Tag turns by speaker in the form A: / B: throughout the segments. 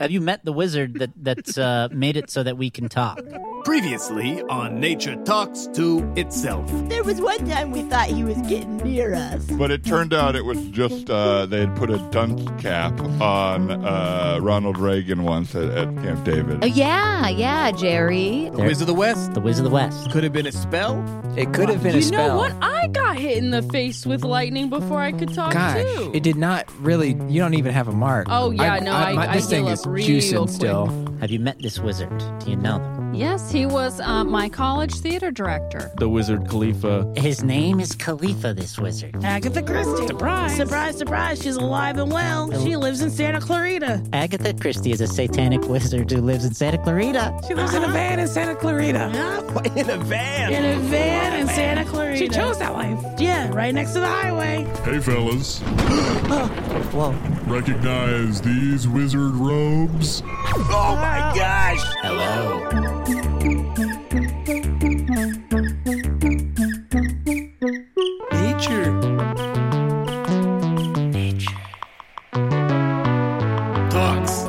A: Have you met the wizard that that's uh, made it so that we can talk?
B: Previously on Nature Talks to Itself.
C: There was one time we thought he was getting near us.
D: But it turned out it was just uh, they had put a dunce cap on uh, Ronald Reagan once at, at Camp David.
E: Oh, yeah, yeah, Jerry.
B: The Wiz of the West
A: The Wiz of the West.
B: could have been a spell.
F: It could have been a
G: You
F: spell.
G: know what? I got hit in the face with lightning before I could talk
F: Gosh,
G: too.
F: it did not really. You don't even have a mark.
G: Oh, yeah, no, I- I
F: this
G: heal
F: thing
G: up
F: is
G: real
F: juicing
G: quick.
F: still.
A: Have you met this wizard? Do you know them?
E: Yes, he was uh, my college theater director.
H: The Wizard Khalifa.
A: His name is Khalifa. This wizard.
I: Agatha Christie. Surprise. Surprise, surprise. She's alive and well. She lives in Santa Clarita.
A: Oh. Agatha Christie is a satanic wizard who lives in Santa Clarita.
I: She lives in a van in Santa Clarita.
B: In a van.
I: In a van in Santa Clarita. She chose that life. Yeah, right next to the highway.
J: Hey, fellas.
A: Whoa.
J: Recognize these wizard robes?
B: Oh my gosh. Hello.
F: Nature.
B: Talks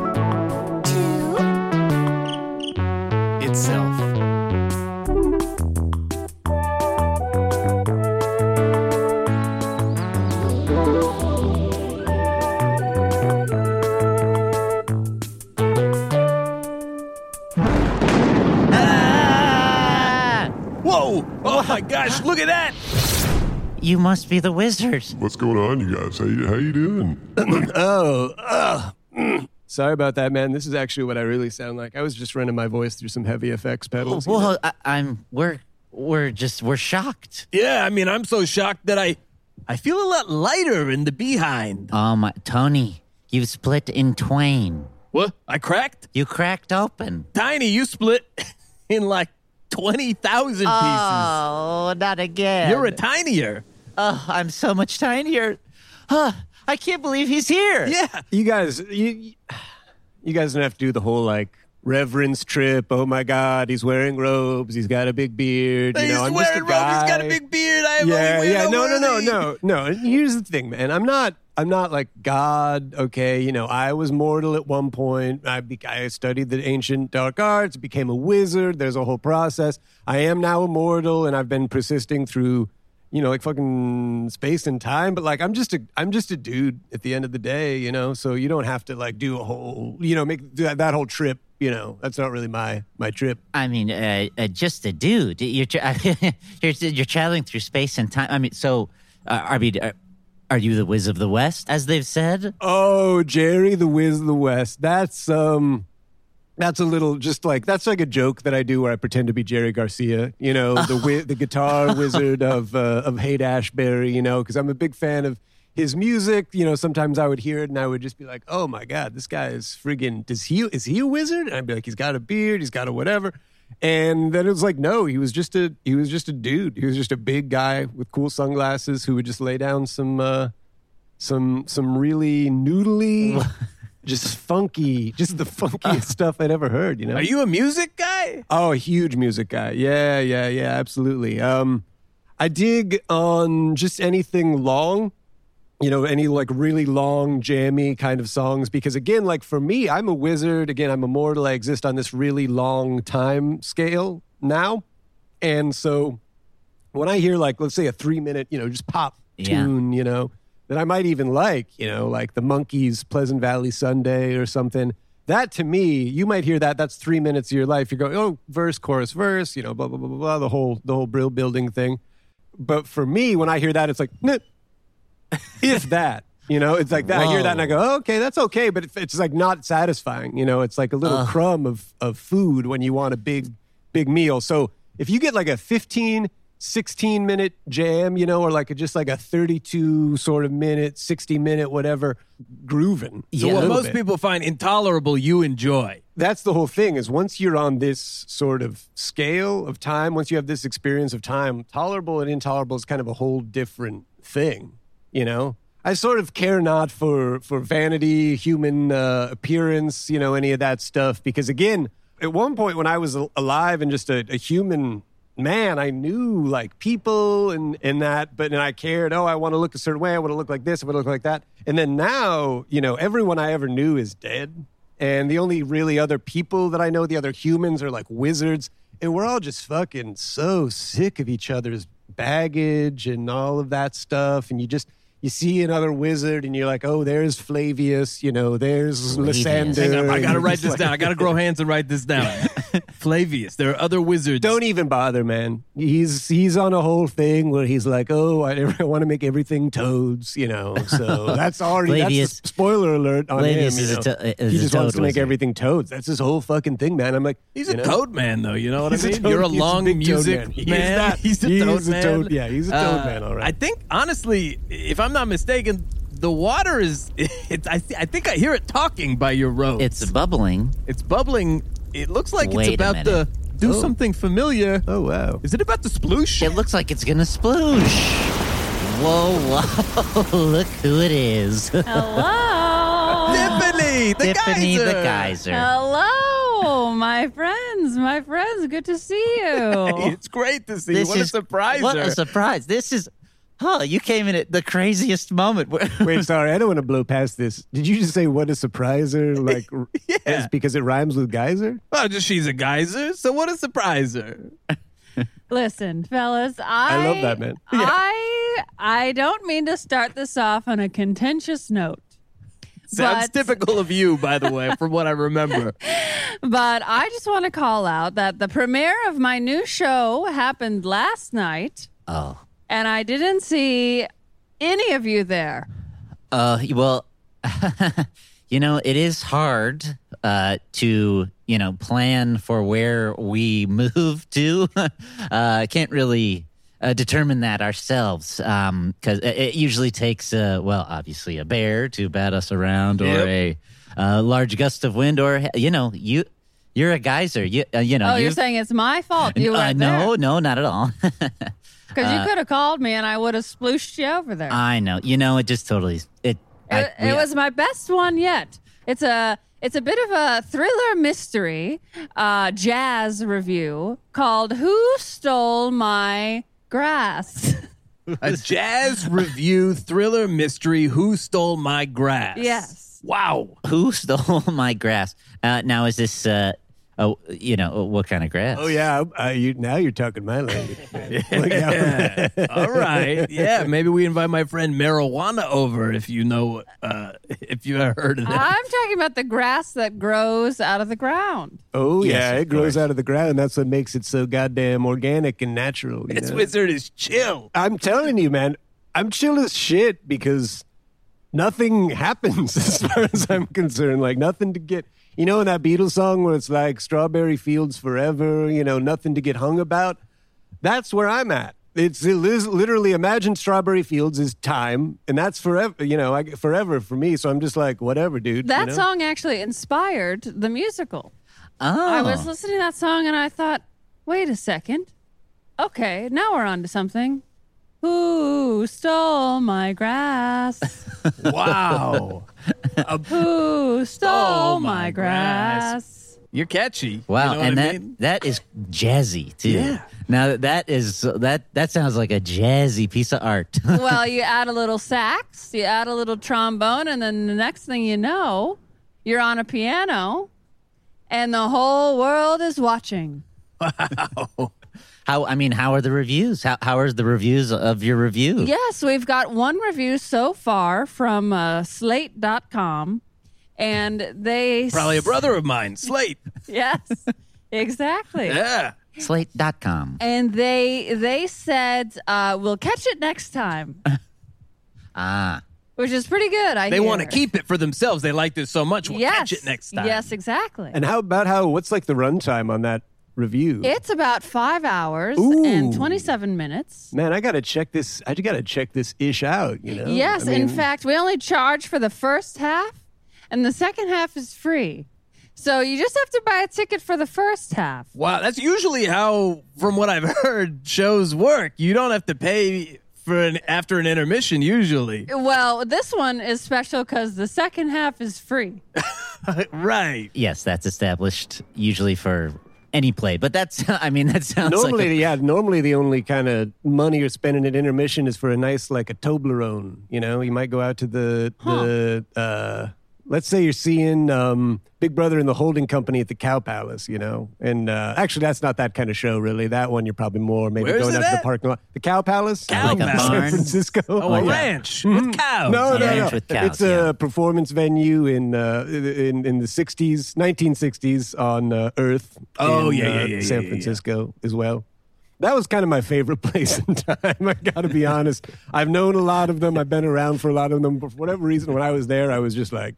B: to Itself. Whoa! Oh my gosh, look at that!
A: You must be the wizard.
J: What's going on, you guys? How you, how you doing?
K: Oh, ugh. Mm. Sorry about that, man. This is actually what I really sound like. I was just running my voice through some heavy effects pedals.
A: Well, I, I'm. We're. We're just. We're shocked.
B: Yeah, I mean, I'm so shocked that I, I feel a lot lighter in the behind.
A: Oh my, Tony! You split in twain.
B: What? I cracked?
A: You cracked open.
B: Tiny, you split in like 20,000 pieces.
A: Oh, not again!
B: You're a tinier.
A: oh, I'm so much tinier. Huh, I can't believe he's here.
B: Yeah.
K: you guys, you, you guys don't have to do the whole like reverence trip. Oh my God, he's wearing robes. He's got a big beard. you
B: he's
K: know, I'm just
B: wearing
K: a
B: robes. He's got a
K: guy.
B: big beard. I am
K: yeah,
B: only
K: yeah.
B: weirdo
K: No, no, no,
B: worthy.
K: no, no. And Here's the thing, man. I'm not. I'm not like God. Okay, you know, I was mortal at one point. I be- I studied the ancient dark arts, became a wizard. There's a whole process. I am now immortal, and I've been persisting through, you know, like fucking space and time. But like, I'm just a I'm just a dude at the end of the day, you know. So you don't have to like do a whole, you know, make do that, that whole trip. You know, that's not really my my trip.
A: I mean, uh, uh, just a dude. You're tra- you're you're traveling through space and time. I mean, so uh, I mean, uh, are you the Wiz of the West, as they've said?
K: Oh, Jerry the Wiz of the West. That's um that's a little just like that's like a joke that I do where I pretend to be Jerry Garcia, you know, the wi- the guitar wizard of uh, of Haight Ashbury, you know, cuz I'm a big fan of his music, you know, sometimes I would hear it and I would just be like, "Oh my god, this guy is friggin' does he is he a wizard?" And I'd be like, "He's got a beard, he's got a whatever." And then it was like, "No, he was just a he was just a dude. He was just a big guy with cool sunglasses who would just lay down some uh some some really noodly, just funky, just the funkiest stuff I'd ever heard. You know?
B: Are you a music guy?
K: oh, a huge music guy. Yeah, yeah, yeah, absolutely. Um, I dig on just anything long. You know, any like really long, jammy kind of songs. Because again, like for me, I'm a wizard. Again, I'm immortal. I exist on this really long time scale now. And so when I hear like, let's say a three minute, you know, just pop
A: Yeah.
K: tune, you know, that I might even like, you know, like the Monkeys Pleasant Valley Sunday or something. That to me, you might hear that. That's three minutes of your life. You're going, oh, verse, chorus, verse, you know, blah, blah, blah, blah, blah, the whole the whole brill building thing. But for me, when I hear that, it's like, "Nah, if that. You know, it's like that. I hear that and I go, oh, okay, that's okay, but it- it's like not satisfying. You know, it's like a little crumb of, of food when you want a big, big meal. So if you get like a 15, 16 minute jam, you know, or like a, just like a 32 sort of minute, 60 minute, whatever, grooving.
B: So
K: a
B: what
K: little
B: most
K: bit.
B: people find intolerable, you enjoy.
K: that's the whole thing is once you're on this sort of scale of time, once you have this experience of time, tolerable and intolerable is kind of a whole different thing, you know? I sort of care not for for vanity, human uh, appearance, you know, any of that stuff because again, at one point when I was al- alive and just a, a human man, I knew like people and and that, but and I cared. Oh, I want to look a certain way. I want to look like this. I want to look like that. And then now, you know, everyone I ever knew is dead And the only really other people that I know, the other humans, are like wizards. And we're all just fucking so sick of each other's baggage and all of that stuff. And you just, you see another wizard and you're like, oh, there's Flavius, you know, there's
A: Flavius.
K: Lysander.
B: Hang on, I
K: And
B: gotta
K: you're
B: write
K: just
B: this
K: like-
B: down. I gotta grow hands and write this down. Flavius. There are other wizards.
K: Don't e- even bother, man. He's he's on a whole thing where he's like, "Oh, I, I want to make everything toads," you know. So that's already
A: Flavius-
K: that's a spoiler alert on
A: Flavius
K: him.
A: is
K: you
A: a
K: know.
A: to- is
K: he
A: a
K: just wants
A: toad
K: to make
A: wizard.
K: everything toads. That's his whole fucking thing, man. I'm like,
B: He's
K: you
B: a
K: know?
B: toad man, though. You know what
K: He's
B: I
K: a
B: mean?
K: toad-
B: You're a
K: he's a
B: long
K: big toad
B: music
K: man.
B: man.
K: He is that-
B: He's a
K: he is
B: toad
K: a
B: man.
K: toad- yeah, he's a toad
B: Uh,
K: man, all right.
B: I think honestly, if I'm not mistaken, the water is. It's, I, see- I think I hear it talking by your road.
A: It's bubbling.
B: it's bubbling. It looks like
A: Wait
B: it's
A: a
B: about to
A: minute.
B: do
K: Oh.
B: something familiar.
K: Oh wow.
B: Is it about to sploosh?
A: It looks like it's gonna sploosh. Whoa, whoa! Look who it is.
E: Hello.
B: Tiffany, the
A: Tiffany
B: geyser.
A: the Geyser.
E: Hello, my friends, my friends. Good to see
B: Hey,
E: you.
B: it's great to see. you. what a surprise!
A: What a surprise! This is. Huh? You came in at the craziest moment.
K: Wait, sorry, I don't want to blow past this. Did you just say what a surpriser? Like, yeah. because it rhymes with geyser.
B: Well, Oh, just she's a geyser, so what a surpriser.
E: Listen, fellas, I
K: love that, man.
B: Yeah.
E: I I don't mean to start this off on a contentious note,
B: Sounds
E: But-
B: typical of you, by the way, from what I remember.
E: but I just want to call out that the premiere of my new show happened last night,
A: Oh.
E: and I didn't see any of you there.
A: Uh, well, you know, it is hard uh, to you know plan for where we move to. uh, can't really uh, determine that ourselves because it, it usually takes uh, well, obviously a bear to bat us around or a uh, large gust of wind or you know you you're a geyser you uh, you know
E: Oh, you're
A: you've-
E: saying it's my fault you
A: uh,
E: weren't
A: no uh, no not at all.
E: because you could have called me and I would have splooshed you over there.
A: I know you know it just totally it. Uh, I-
E: It, it
A: we-
E: was my best one yet. It's a it's a bit of a thriller mystery uh, jazz review called "Who Stole My Grass."
B: A jazz review thriller mystery Who Stole My Grass?
E: Yes.
B: Wow.
A: who stole my grass? Uh, now is this, uh, oh, you know, what kind of grass?
K: Oh yeah, uh, you now you're talking my language. man. Look out.
B: All right. Yeah, maybe we invite my friend Marijuana over if you know, uh, if you have heard of that.
E: I'm talking about the grass that grows out of the ground.
K: Oh
A: Yes,
K: yeah,
A: of
K: it grows
A: course.
K: out of the ground. That's what makes it so goddamn organic and natural. you
B: This
K: know?
B: wizard is chill.
K: I'm telling you, man, I'm chill as shit because nothing happens as far as I'm concerned. Like nothing to get, you know, in that Beatles song where it's like "Strawberry Fields Forever," you know, nothing to get hung about. That's where I'm at. It's it is literally imagine Strawberry Fields is time, and that's forever. You know, I, forever for me. So I'm just like, whatever, dude.
E: That
K: you know?
E: song actually inspired the musical.
A: Oh.
E: I was listening to that song and I thought, wait a second. Okay, now we're on to something. Who stole my grass?
B: Wow. Stole
E: Who stole
B: my
E: my
B: grass.
E: grass?
B: You're catchy.
A: Wow,
B: You know
A: and
B: what I
A: that
B: mean?
A: that is jazzy too.
B: Yeah.
A: Now that is that that sounds like a jazzy piece of art.
E: well, you add a little sax, you add a little trombone, and then the next thing you know, you're on a piano and the whole world is watching.
A: how I mean, how are the reviews? How how are the reviews of your review?
E: Yes, we've got one review so far from uh, slate.com and they
B: Probably a brother of mine, Slate.
E: Yes. Exactly.
B: Yeah.
A: Slate.com.
E: And they they said uh, we'll catch it next time,
A: Ah.
E: which is pretty good. I
B: They
E: hear.
B: want to keep it for themselves. They liked it so much. We'll
E: yes,
B: catch it next time.
E: Yes, exactly.
K: And how about how? What's like the runtime on that review?
E: It's about five hours and
K: Ooh.
E: 27 minutes.
K: Man, I gotta check this. I just gotta check this ish out. You know.
E: yes,
K: I mean,
E: in fact, we only charge for the first half, and the second half is free. So you just have to buy a ticket for the first half.
B: Wow, that's usually how, from what I've heard, shows work. You don't have to pay for an after an intermission usually.
E: Well, this one is special because the second half is free.
B: right.
A: Yes, that's established usually for any play. But that's I mean that sounds
K: normally,
A: like
K: yeah, normally the only kind of money you're spending at intermission is for a nice like a Toblerone. You know, you might go out to the the uh, let's say you're seeing um, Big Brother and the holding company at the Cow Palace, you know, and uh, actually that's not that kind of show really. That one you're probably more maybe
B: Where's
K: going
B: it
K: out to the
B: at?
K: parking lot. The Cow Palace,
B: Cow Like a Palace.
K: San
A: barn?
K: Francisco.
B: Oh, a
K: yeah.
B: ranch
E: Mm-hmm.
B: with cows.
K: No, no,
A: Yeah.
K: no.
A: Ranch with cows,
K: it's a
A: yeah.
K: performance venue in uh, in in the '60s, 1960s on uh, Earth.
B: Oh,
K: in,
B: yeah, yeah, yeah,
K: uh,
B: yeah,
K: San
B: yeah.
K: Francisco as well. That was kind of my favorite place in time. I got to be honest. I've known a lot of them. I've been around for a lot of them. But for whatever reason, when I was there, I was just like,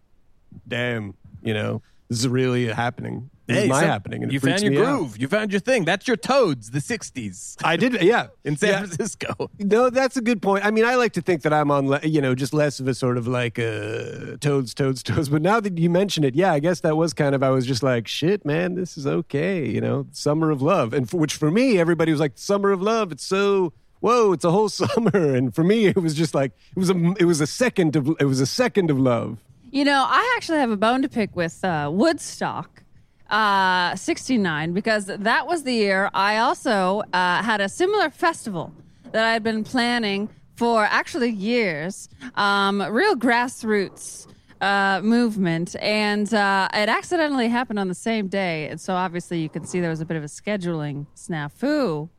K: "Damn, you know, this is really happening. This is my
B: so-
K: happening." And it
B: you
K: freaks
B: found your
K: me out.
B: groove. You found your thing. That's your toads, the 60s
K: I did, yeah.
B: in San
K: Yeah.
B: Francisco.
K: No, that's a good point. I mean, I like to think that I'm on, le- you know, just less of a sort of like uh, toads, toads, toads. But now that you mention it, yeah, I guess that was kind of, I was just like, shit, man, this is okay, you know, summer of love. And for, which for me, everybody was like, summer of love, it's so. Whoa! It's a whole summer, and for me, it was just like it was a it was a second of it was a second of love.
E: You know, I actually have a bone to pick with uh, Woodstock uh, 69 because that was the year I also uh, had a similar festival that I had been planning for actually years, um, real grassroots uh, movement. And uh, it accidentally happened on the same day. And so obviously you can see there was a bit of a scheduling snafu.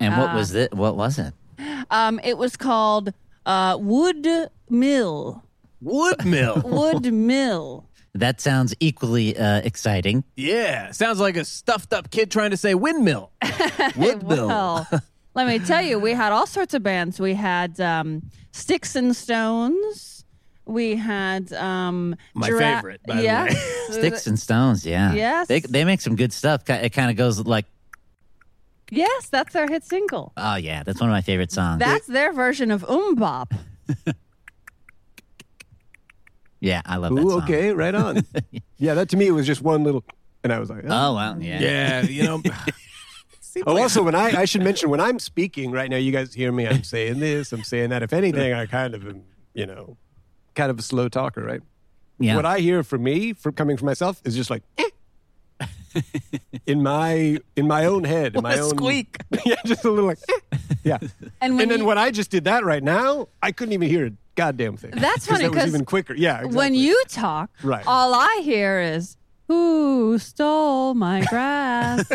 A: And
E: Ah.
A: what was it? What was it?
E: Um, it was called uh, Wood Mill.
B: Wood mill.
E: Wood Mill.
A: That sounds equally uh, exciting.
B: yeah. Sounds like a stuffed up kid trying to say windmill. Wood mill.
E: Well, let me tell you, we had all sorts of bands. We had um, Sticks and Stones. We had um,
B: My
E: Jura-
B: favorite, by the
E: yeah,
B: way.
A: Sticks and stones, yeah.
E: Yes.
A: They, they make some good stuff. Ki- It kind of goes like,
E: yes, that's their hit single.
A: oh, yeah, that's one of my favorite songs.
E: That's their version of Umbop.
A: yeah, I love that
K: Ooh,
A: song.
K: okay, right on. yeah, that to me it was just one little, and I was like,
A: Oh, well, yeah.
B: Yeah, you know. Seems
K: Oh,
B: like-
K: also, when I, I should mention, when I'm speaking right now, you guys hear me. I'm saying this, I'm saying that. If anything, I kind of am, you know, kind of a slow talker, right?
A: Yeah.
K: What I hear from me, from coming from myself, is just like eh. in my in my own head,
B: What
K: in my
B: a
K: own
B: squeak.
K: yeah, just a little like, eh. yeah.
E: And when
K: And then
E: you-
K: when I just did that right now, I couldn't even hear a goddamn thing.
E: That's funny,
K: that was
E: 'cause
K: even quicker. Yeah, exactly.
E: When you talk,
K: Right.
E: all I hear is "Who stole my grass?"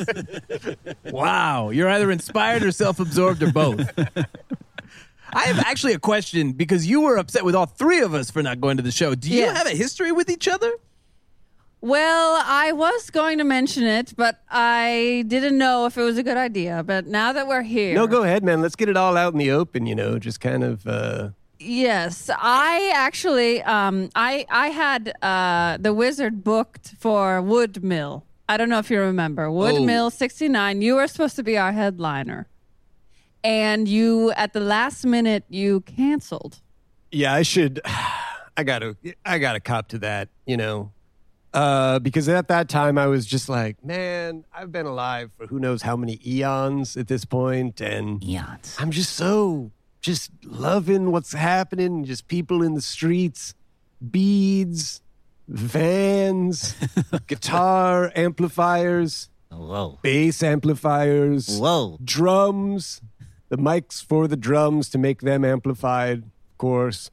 B: Wow, you're either inspired or self-absorbed or both. I have actually a question because you were upset with all three of us for not going to the show. Do you
E: Yes.
B: have a history with each other?
E: Well, I was going to mention it, but I didn't know if it was a good idea. But now that we're here,
K: no, go ahead, man. Let's get it all out in the open. You know, just kind of. uh
E: Yes, I actually, um, I I had uh, the wizard booked for Woodmill. I don't know if you remember Woodmill '69. You were supposed to be our headliner, and you at the last minute you canceled.
K: yeah i should i gotta i gotta cop to that you know uh because at that time i was just like man i've been alive for who knows how many eons at this point and
A: Eons.
K: i'm just so just loving what's happening just people in the streets beads vans guitar amplifiers
A: Whoa.
K: bass amplifiers
A: Whoa.
K: drums, the mics for the drums to make them amplified, of course.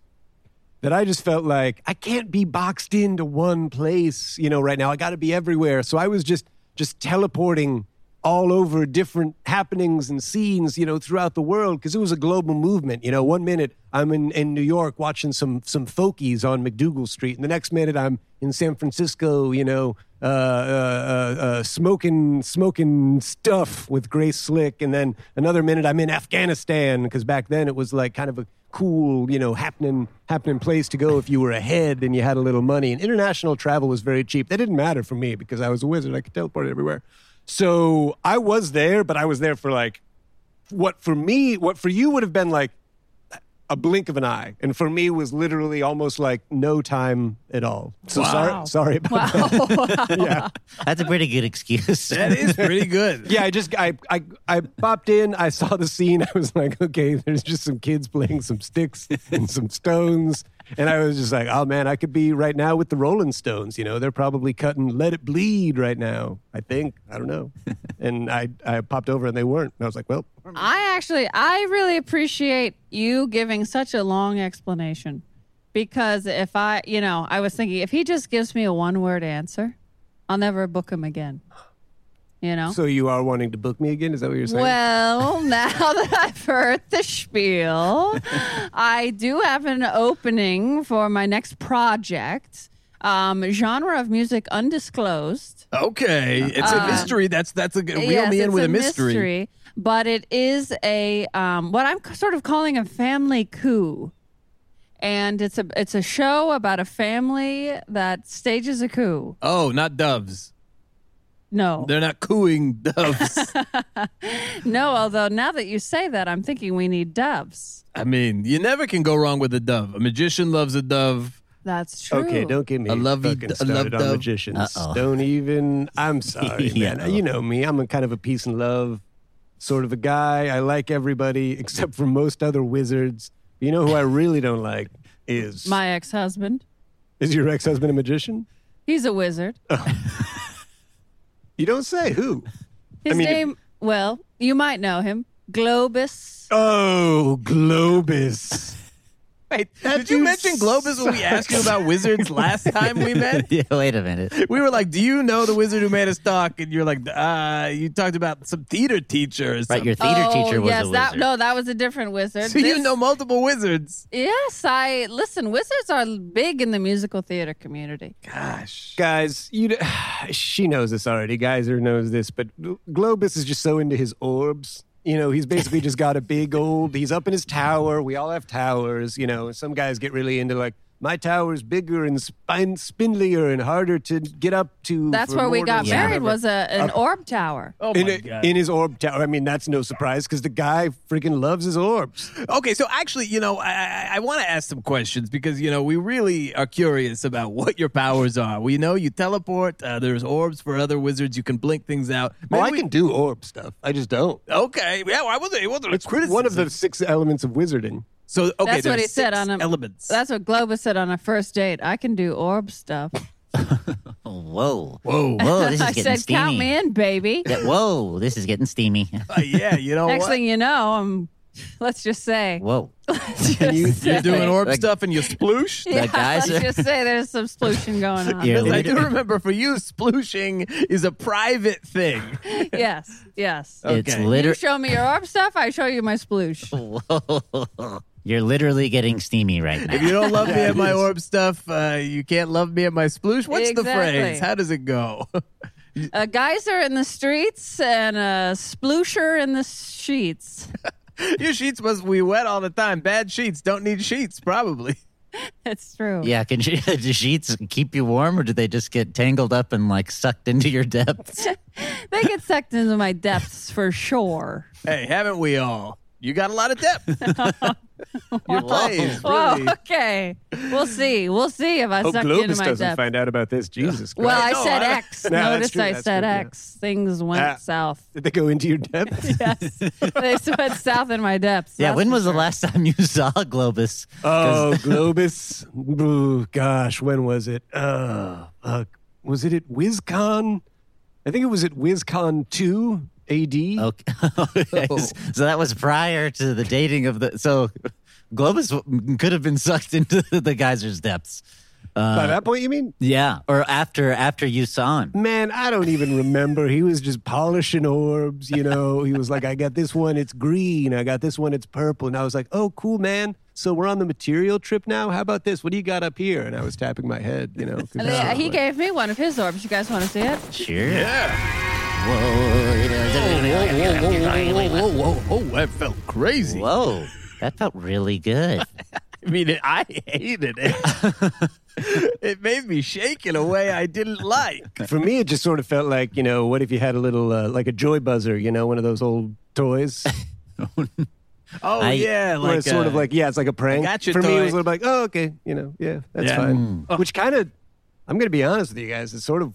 K: That I just felt like I can't be boxed into one place, you know, right now. I got to be everywhere. So I was just just teleporting all over different happenings and scenes, you know, throughout the world because it was a global movement. You know, one minute I'm in, in New York watching some some folkies on McDougal Street, and the next minute I'm in San Francisco, you know, uh, uh, uh, uh, smoking smoking stuff with Grace Slick, and then another minute I'm in Afghanistan because back then it was like kind of a cool, you know, happening happening place to go if you were ahead and you had a little money. And international travel was very cheap. That didn't matter for me because I was a wizard. I could teleport everywhere. So I was there, but I was there for like what for me, what for you would have been like a blink of an eye, and for me was literally almost like no time at all. So sorry, sorry about that. yeah.
A: That's a pretty good excuse.
B: That is pretty good.
K: Yeah, I just I, I I popped in. I saw the scene. I was like, okay, there's just some kids playing some sticks and some stones, and I was just like, oh man, I could be right now with the Rolling Stones. You know, they're probably cutting "Let It Bleed" right now. I think I don't know. And I I popped over and they weren't. And I was like, well,
E: I actually, I really appreciate you giving such a long explanation because if I, you know, I was thinking if he just gives me a one word answer, I'll never book him again. You know?
K: So you are wanting to book me again? Is that what you're saying?
E: Well, now that I've heard the spiel, I do have an opening for my next project. Um, genre of music undisclosed.
B: Okay, it's a
E: Um,
B: mystery. That's that's a good. Reel
E: Yes,
B: me in
E: it's
B: with uh, a mystery.
E: But it is a um, what I'm c- sort of calling a family coup, and it's a it's a show about a family that stages a coup.
B: Oh, not doves.
E: No,
B: They're not cooing doves.
E: no. Although now that you say that, I'm thinking we need doves.
B: I mean, you never can go wrong with a dove. A magician loves a dove.
E: That's true.
K: Okay, don't get me
B: I love you-
K: fucking
B: I
K: started
B: love
K: on
B: the-
K: magicians.
A: Uh-oh.
K: Don't even. I'm sorry,
A: Yeah.
K: man. You know me. I'm a kind of a peace and love sort of a guy. I like everybody except for most other wizards. You know who I really don't like is
E: My ex-husband.
K: is your ex husband a magician?
E: He's a wizard.
K: You don't say who.
E: His
K: mean, if-
E: name, well, you might know him, Globus.
K: Oh, Globus.
B: Wait, did you
K: dude
B: mention Globus when we asked you about wizards last time we met?
A: yeah, wait a minute.
B: We were like, "Do you know the wizard who made us talk?" And you're like, "Uh, you talked about some theater teacher or
A: Right,
B: something."
A: your theater
E: Oh,
A: teacher was
E: yes,
A: a wizard.
E: that no, that was a different wizard.
B: so you
E: This-
B: know multiple wizards.
E: Yes, I listen. Wizards are big in the musical theater community.
B: Gosh.
K: guys, you d- she knows this already. Geyser knows this, but Globus is just so into his orbs. You know, he's basically just got a big old. He's up in his tower. We all have towers. You know, some guys get really into like my tower's bigger and spin- spindlier and harder to get up to.
E: That's
K: for
E: where we got
K: mortals,"
E: married.
K: whatever.
E: Was a an orb tower.
B: Oh my
K: in, a-
B: god.
K: in his orb tower. I mean, that's no surprise because the guy freaking loves his orbs.
B: Okay, so actually, you know, I I, I want to ask some questions because you know we really are curious about what your powers are. We know you teleport. Uh, there's orbs for other wizards. You can blink things out. Maybe
K: Well, Oh, I
B: we-
K: can do orb stuff. I just don't.
B: Okay, yeah, well, I wasn't. It wasn't
K: It's
B: a criticism.
K: one of the six elements of wizarding.
B: So okay,
E: That's what
B: there's
E: he said
B: six
E: on a-
B: elements.
E: That's what Globus said on our first date. I can do orb stuff.
A: Whoa.
B: Whoa.
A: Whoa, this is
E: I
A: getting
E: said,
A: steamy.
E: count me in, baby.
A: Yeah, whoa, this is getting steamy.
B: Uh, yeah, you know
E: Next
B: what?
E: thing you know, I'm. Let's just say.
A: Whoa.
E: Can
K: you-
B: You're doing orb
A: Like-
B: stuff and you sploosh.
E: Yeah,
A: guys
E: let's
A: are-
E: just say there's some splooshing going on.
A: You're
B: Because I
A: liter-
B: do remember for you, splooshing is a private thing.
E: Yes, yes.
A: It's
B: Okay.
E: You
A: liter-
E: show me your orb stuff, I show you my sploosh.
A: Oh. Whoa. You're literally getting steamy right
B: If
A: now.
B: you don't love me at my orb stuff, uh, you can't love me at my sploosh. What's the
E: Exactly.
B: phrase? How does it go?
E: A geyser in the streets and a sploosher in the sheets.
B: Your sheets must be wet all the time. Bad sheets don't need sheets, probably.
E: It's true.
A: Yeah, can she, do sheets keep you warm or do they just get tangled up and like sucked into your depths?
E: They get sucked into my depths for sure.
B: Hey, haven't we all? You got a lot of depth. Your plays,
E: Whoa,
B: really.
E: okay. We'll see. We'll see if I
K: Oh,
E: sucked into
K: Globus
E: my
K: doesn't
E: depths.
K: find out about this. Jesus Christ.
E: well, I
B: No,
E: said
B: I-
E: X.
K: No, that's
E: Notice
K: true,
E: I
K: that's
E: said
K: true, yeah.
E: X. Things went
K: Ah.
E: south.
K: Did they go into your depth?
E: Yes. they went south in my depths.
A: yeah,
E: that's
A: when
E: for
A: was the
E: sure.
A: last time you saw Globus?
K: Oh, Globus. Ooh, gosh, when was it? Uh, fuck. Was it at WizCon? I think it was at WizCon 2 AD.
A: Okay. Okay.
K: Oh.
A: So that was prior to the dating of the. So Globus w- could have been sucked into the geyser's depths.
K: By that point, you mean?
A: Yeah, or after after you saw him.
K: Man, I don't even remember. He was just polishing orbs, you know. He was like, I got this one, it's green. I got this one, it's purple. And I was like, oh, cool, man. So we're on the material trip now? How about this? What do you got up here? And I was tapping my head, you know. 'cause
E: And
K: I
E: they-
K: was
E: he
K: like-
E: gave me one of his orbs. You guys want to see it?
A: Sure. Yeah. Whoa.
B: whoa, whoa, whoa, that felt crazy.
A: Whoa. That felt really good.
B: I mean, it, I hated it. it made me shake in a way I didn't like.
K: For me, it just sort of felt like, you know, what if you had a little, uh, like a joy buzzer, you know, one of those old toys?
B: Oh
A: I-
B: yeah,
K: where
B: like
K: it's sort
B: uh,
K: of like, yeah, it's like a prank.
B: gotcha
K: For me, it
B: toy.
K: was a little like, oh, okay, you know, yeah, that's
B: Yeah. Mm. Oh.
K: fine. Which kind of, I'm going to be honest with you guys, it's sort of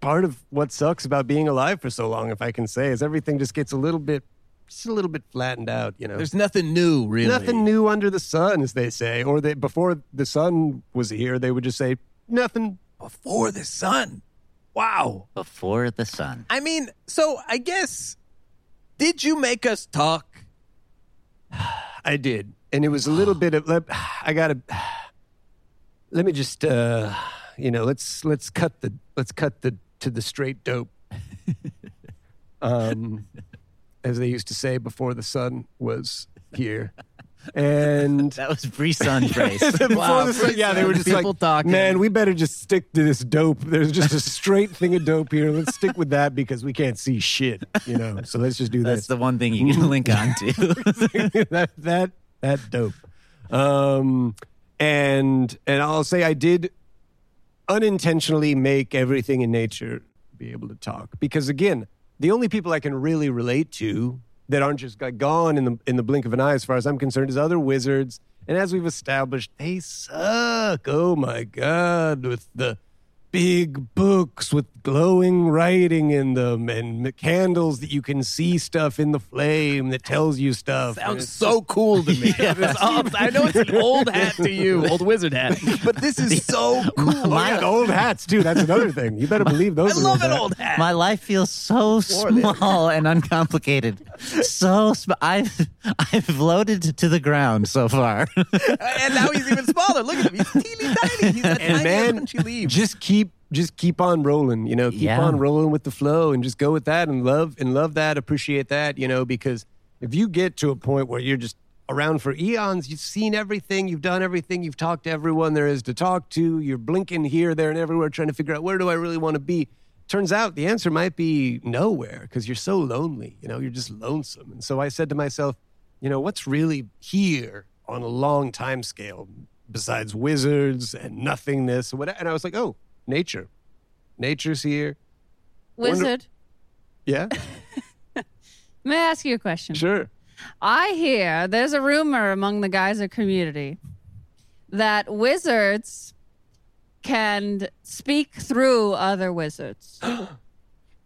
K: part of what sucks about being alive for so long, if I can say, is everything just gets a little bit, just a little bit flattened out, you know.
B: There's nothing new, really.
K: nothing new under the sun, as they say. Or they, before the sun was here, they would just say, nothing.
B: before the sun. Wow.
A: Before the sun.
B: I mean, so I guess did you make us talk?
K: I did. And it was a little bit of, I got to, let me just uh you know let's let's cut the let's cut the to the straight dope um as they used to say before the sun was here and
A: That was Bree Sunbrace.
K: Before
B: Wow,
K: the sun- yeah they were just
B: people
K: like
B: talking.
K: man we better just stick to this dope there's just a straight thing of dope here let's stick with that because we can't see shit you know so let's just do
A: That's
K: this
A: the one thing you can link onto.
K: that that that dope. Um, and and I'll say I did unintentionally make everything in nature be able to talk because again, the only people I can really relate to that aren't just like gone in the in the blink of an eye, as far as I'm concerned, is other wizards. And as we've established, they suck. Oh my god, with the big books with glowing writing in them and the candles that you can see stuff in the flame that tells you stuff. And
B: Sounds
K: it's
B: so cool to me. It's all- I know it's an old hat to you, old wizard hat, but this is so cool.
K: Oh, yeah, old hats too. That's another thing. You better believe
B: I
K: those. are
B: love
K: old
B: an
K: hats.
B: old hat.
A: My life feels so small and uncomplicated. So sm- I've I've floated to the ground so far.
B: and now he's even smaller. Look at him. He's teeny tiny. He's a
K: And
B: tiny
K: man,
B: country leaf.
K: just keep just keep on rolling. You know, keep
A: Yeah.
K: on rolling with the flow, and just go with that, and love and love that, appreciate that. You know, because if you get to a point where you're just around for eons, you've seen everything, you've done everything, you've talked to everyone there is to talk to. You're blinking here, there, and everywhere, trying to figure out where do I really want to be. Turns out the answer might be nowhere because you're so lonely. You know, you're just lonesome. And so I said to myself, you know, what's really here on a long time scale besides wizards and nothingness? What? And I was like, oh, nature. Nature's here.
E: Wizard,
K: Yeah,
E: may I ask you a question?
K: sure.
E: I hear there's a rumor among the geyser community that wizards can speak through other wizards.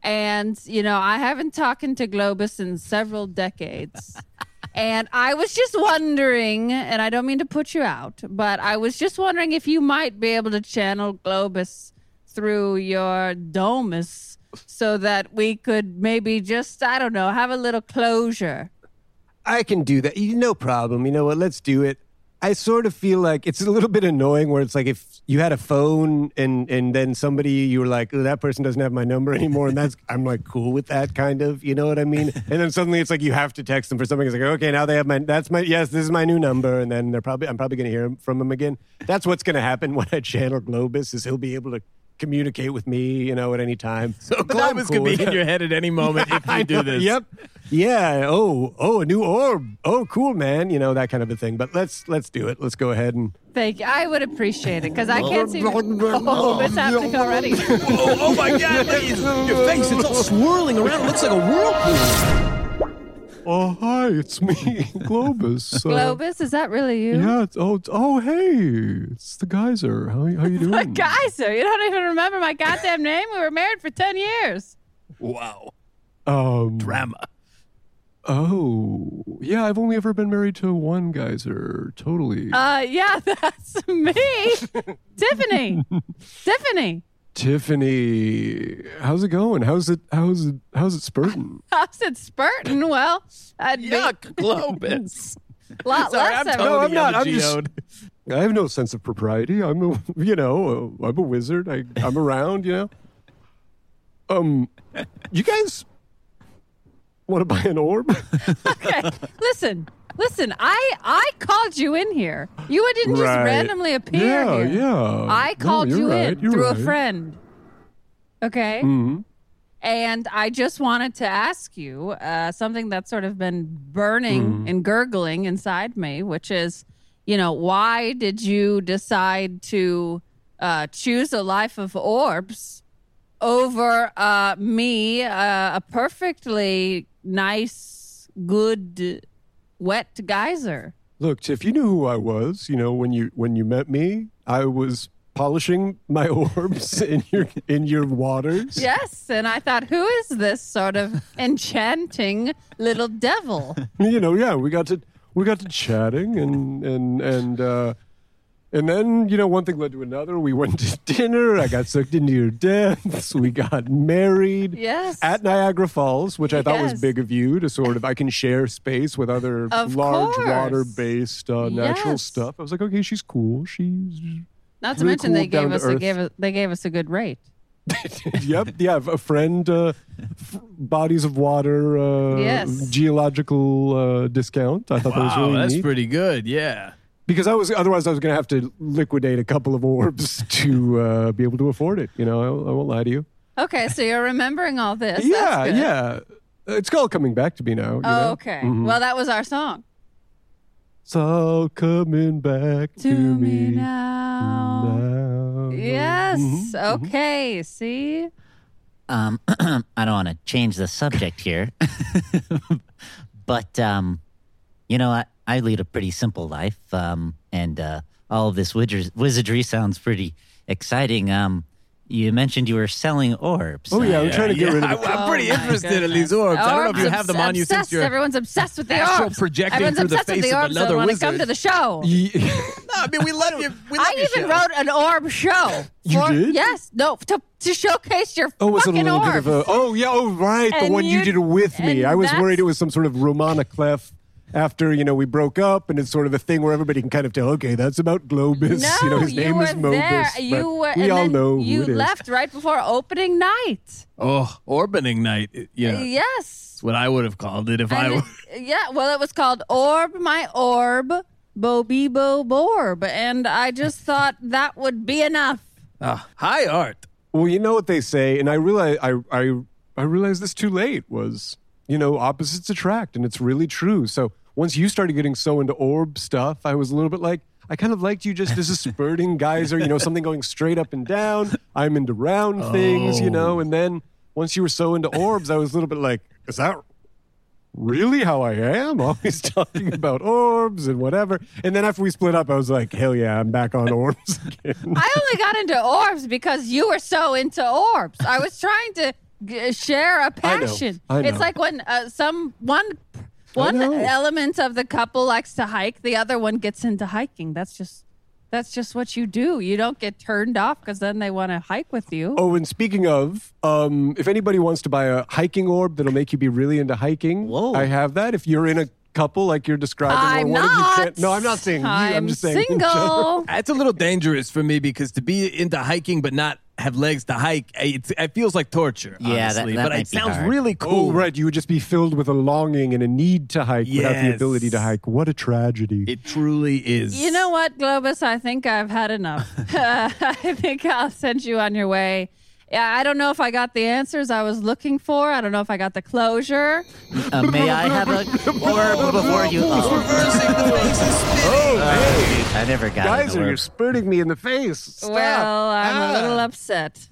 E: and, you know, I haven't talked to Globus in several decades. and I was just wondering, and I don't mean to put you out, but I was just wondering if you might be able to channel Globus through your domus so that we could maybe just, I don't know, have a little closure.
K: I can do that. You- No problem. You know what? Let's do it. I sort of feel like it's a little bit annoying where it's like if you had a phone and and then somebody you were like, oh, that person doesn't have my number anymore, and that's I'm like cool with that kind of, you know what I mean? And then suddenly it's like you have to text them for something. It's like okay, now they have my that's my yes, this is my new number, and then they're probably I'm probably gonna hear from them again. That's what's gonna happen when I channel Globus is he'll be able to communicate with me, you know, at any time. So
B: Columbus could be in your head at any moment if you do this.
K: Yep. Yeah. Oh, oh, a new orb. Oh, cool, man. You know that kind of a thing. But let's let's do it. Let's go ahead and
E: Thank you. I would appreciate it because I can't see what's happening already.
B: Oh, oh my God! look, it's- Your face it's all swirling around. It looks like a whirlpool.
J: Oh, hi, it's me, Globus. Uh,
E: Globus, is that really you?
J: yeah, it's, oh, it's, oh, hey, it's the geyser. How, how you
E: My
J: doing?
E: geyser, you don't even remember my goddamn name. We were married for ten years.
B: Wow,
J: Um,
B: drama.
J: Oh, yeah, I've only ever been married to one geyser, totally.
E: Uh, yeah, that's me, Tiffany. Tiffany,
J: Tiffany, how's it going? How's it, how's it, how's it spurting?
E: how's it spurting? Well, I'd be a
B: Yuck, Globus.
E: lot
B: Sorry,
E: less.
B: I'm
E: of-
B: totally
J: I'm not. I'm just-
B: geode.
J: I have no sense of propriety. I'm a, you know, uh, I'm a wizard. I, I'm around, you know. Um, you guys want to buy an orb?
E: okay, listen. Listen, I I called you in here. You didn't just
K: Right.
E: randomly appear
J: yeah,
E: here.
J: yeah.
E: I called
J: no,
E: you
J: you're right,
E: in
J: you're
E: through
J: right.
E: a friend. Okay.
J: Mhm.
E: And I just wanted to ask you uh, something that's sort of been burning and gurgling inside me, which is, you know, why did you decide to uh, choose a life of orbs over uh, me, uh, a perfectly nice, good, wet geyser?
J: Look, Tiff, you knew who I was. You know when you when you met me, I was polishing my orbs in your in your waters.
E: Yes. And I thought, who is this sort of enchanting little devil?
J: you know, yeah, we got to we got to chatting and and and uh and then you know one thing led to another. We went to dinner. I got sucked into your depths. We got married
E: Yes.
J: at Niagara Falls, which I thought
E: Yes.
J: was big of you to sort of I can share space with other
E: Of
J: large
E: course.
J: water based uh, natural
E: Yes.
J: stuff. I was like, okay, she's cool. She's
E: Not to
K: Really
E: mention
K: cool,
E: they gave us they
K: down-to-earth.
E: gave us, they gave us a good rate.
K: yep. Yeah. A friend, uh, f- bodies of water, uh,
E: Yes.
K: geological uh, discount. I thought that was
B: Wow,
K: really
B: that's
K: neat.
B: pretty good. Yeah.
K: because I was otherwise I was going to have to liquidate a couple of orbs to uh, be able to afford it. You know, I, I won't lie to you.
E: Okay, so you're remembering all this.
K: yeah,
E: That's good.
K: yeah. It's all coming back to me now. you
E: Oh,
K: know?
E: okay.
K: Mhm.
E: Well, that was our song.
K: it's all coming back to,
E: To me
K: me
E: now.
K: now.
E: Yes.
K: Mhm.
E: Okay. See.
A: Um, I don't want to change the subject here, but um, you know, I, I lead a pretty simple life, um, and uh, all of this wizard- wizardry sounds pretty exciting. Um, you mentioned you were selling orbs.
K: Oh yeah, I'm
B: Yeah,
K: trying to get
B: yeah,
K: rid of
B: I,
K: it.
B: I'm
E: Oh
B: pretty
E: my
B: interested in
E: goodness.
B: these orbs. Oh, I don't know if you
E: Orbs,
B: have them on. You
E: obsessed.
B: think you're.
E: Everyone's obsessed with the
B: astral
E: orbs.
B: projecting
E: Everyone's
B: through the
E: obsessed with
B: face
E: the
B: of
E: orbs.
B: another
E: they want to
B: wizard.
E: come to the show.
B: No, I mean we love you. We love
E: I
B: your
E: even
B: show.
E: wrote an orb show.
K: You did?
E: Yes. No. To, to showcase your
K: Oh, was it a
E: fucking
K: little
E: orbs.
K: bit of a? Oh yeah, oh right, the
E: And
K: one you
E: you-
K: did with me.
E: and
K: I was
E: that's-
K: worried it was some sort of Romana clef. After you know we broke up, and it's sort of a thing where everybody can kind of tell. Okay, that's about Globus.
E: No,
K: you know his
E: you
K: name
E: were
K: is Mobus.
E: there.
K: but
E: You were.
K: we
E: and
K: all
E: then
K: know who
E: you
K: it is.
E: left right before opening night.
B: Oh, orbiting night. Yeah, that's
E: Yes.
B: what I would have called it if I
E: And
B: were.
E: it- yeah. Well, it was called Orb My Orb, Bo Bebo Borb, and I just thought that would be enough.
B: Ah, high art.
K: Well, you know what they say, and I realize I I I realized this too late was you know opposites attract, and it's really true. So once you started getting so into orb stuff, I was a little bit like I kind of liked you just as a spurting geyser, you know, something going straight up and down. I'm into round things, you know, and then once you were so into orbs, I was a little bit like, is that really how I am? Always talking about orbs and whatever. And then after we split up, I was like, hell yeah, I'm back on orbs again.
E: I only got into orbs because you were so into orbs. I was trying to g- share a
K: I know.
E: passion.
K: I
E: It's
K: know.
E: like when uh, some one one
K: know.
E: element of the couple likes to hike, the other one gets into hiking. That's just that's just what you do. You don't get turned off because then they want to hike with you.
K: Oh, and speaking of, um, if anybody wants to buy a hiking orb that'll make you be really into hiking,
A: Whoa.
K: I have that. If you're in a couple like you're describing,
E: I'm
K: or one of
E: not.
K: you can't, no, I'm not saying you. I'm,
E: I'm
K: just saying in general.
E: single.
B: It's a little dangerous for me because to be into hiking but not have legs to hike, it's, it feels like torture.
A: Yeah, that-
B: honestly.
A: that
B: but
A: might
B: it
A: be
B: sounds
A: hard.
B: really cool.
K: Oh, right. You would just be filled with a longing and a need to hike without the
B: Yes.
K: ability to hike. What a tragedy.
B: It truly is.
E: You know what, Globus? I think I've had enough. I think I'll send you on your way. Yeah, I don't know if I got the answers I was looking for. I don't know if I got the closure.
A: Uh, may I have a orb before you? Oh,
B: Reversing the faces.
A: I never got
K: Oh, Guys,
A: an
K: you're
A: orb.
K: spurting me in the face. Stop.
E: Well, I'm
K: Ah.
E: a little upset.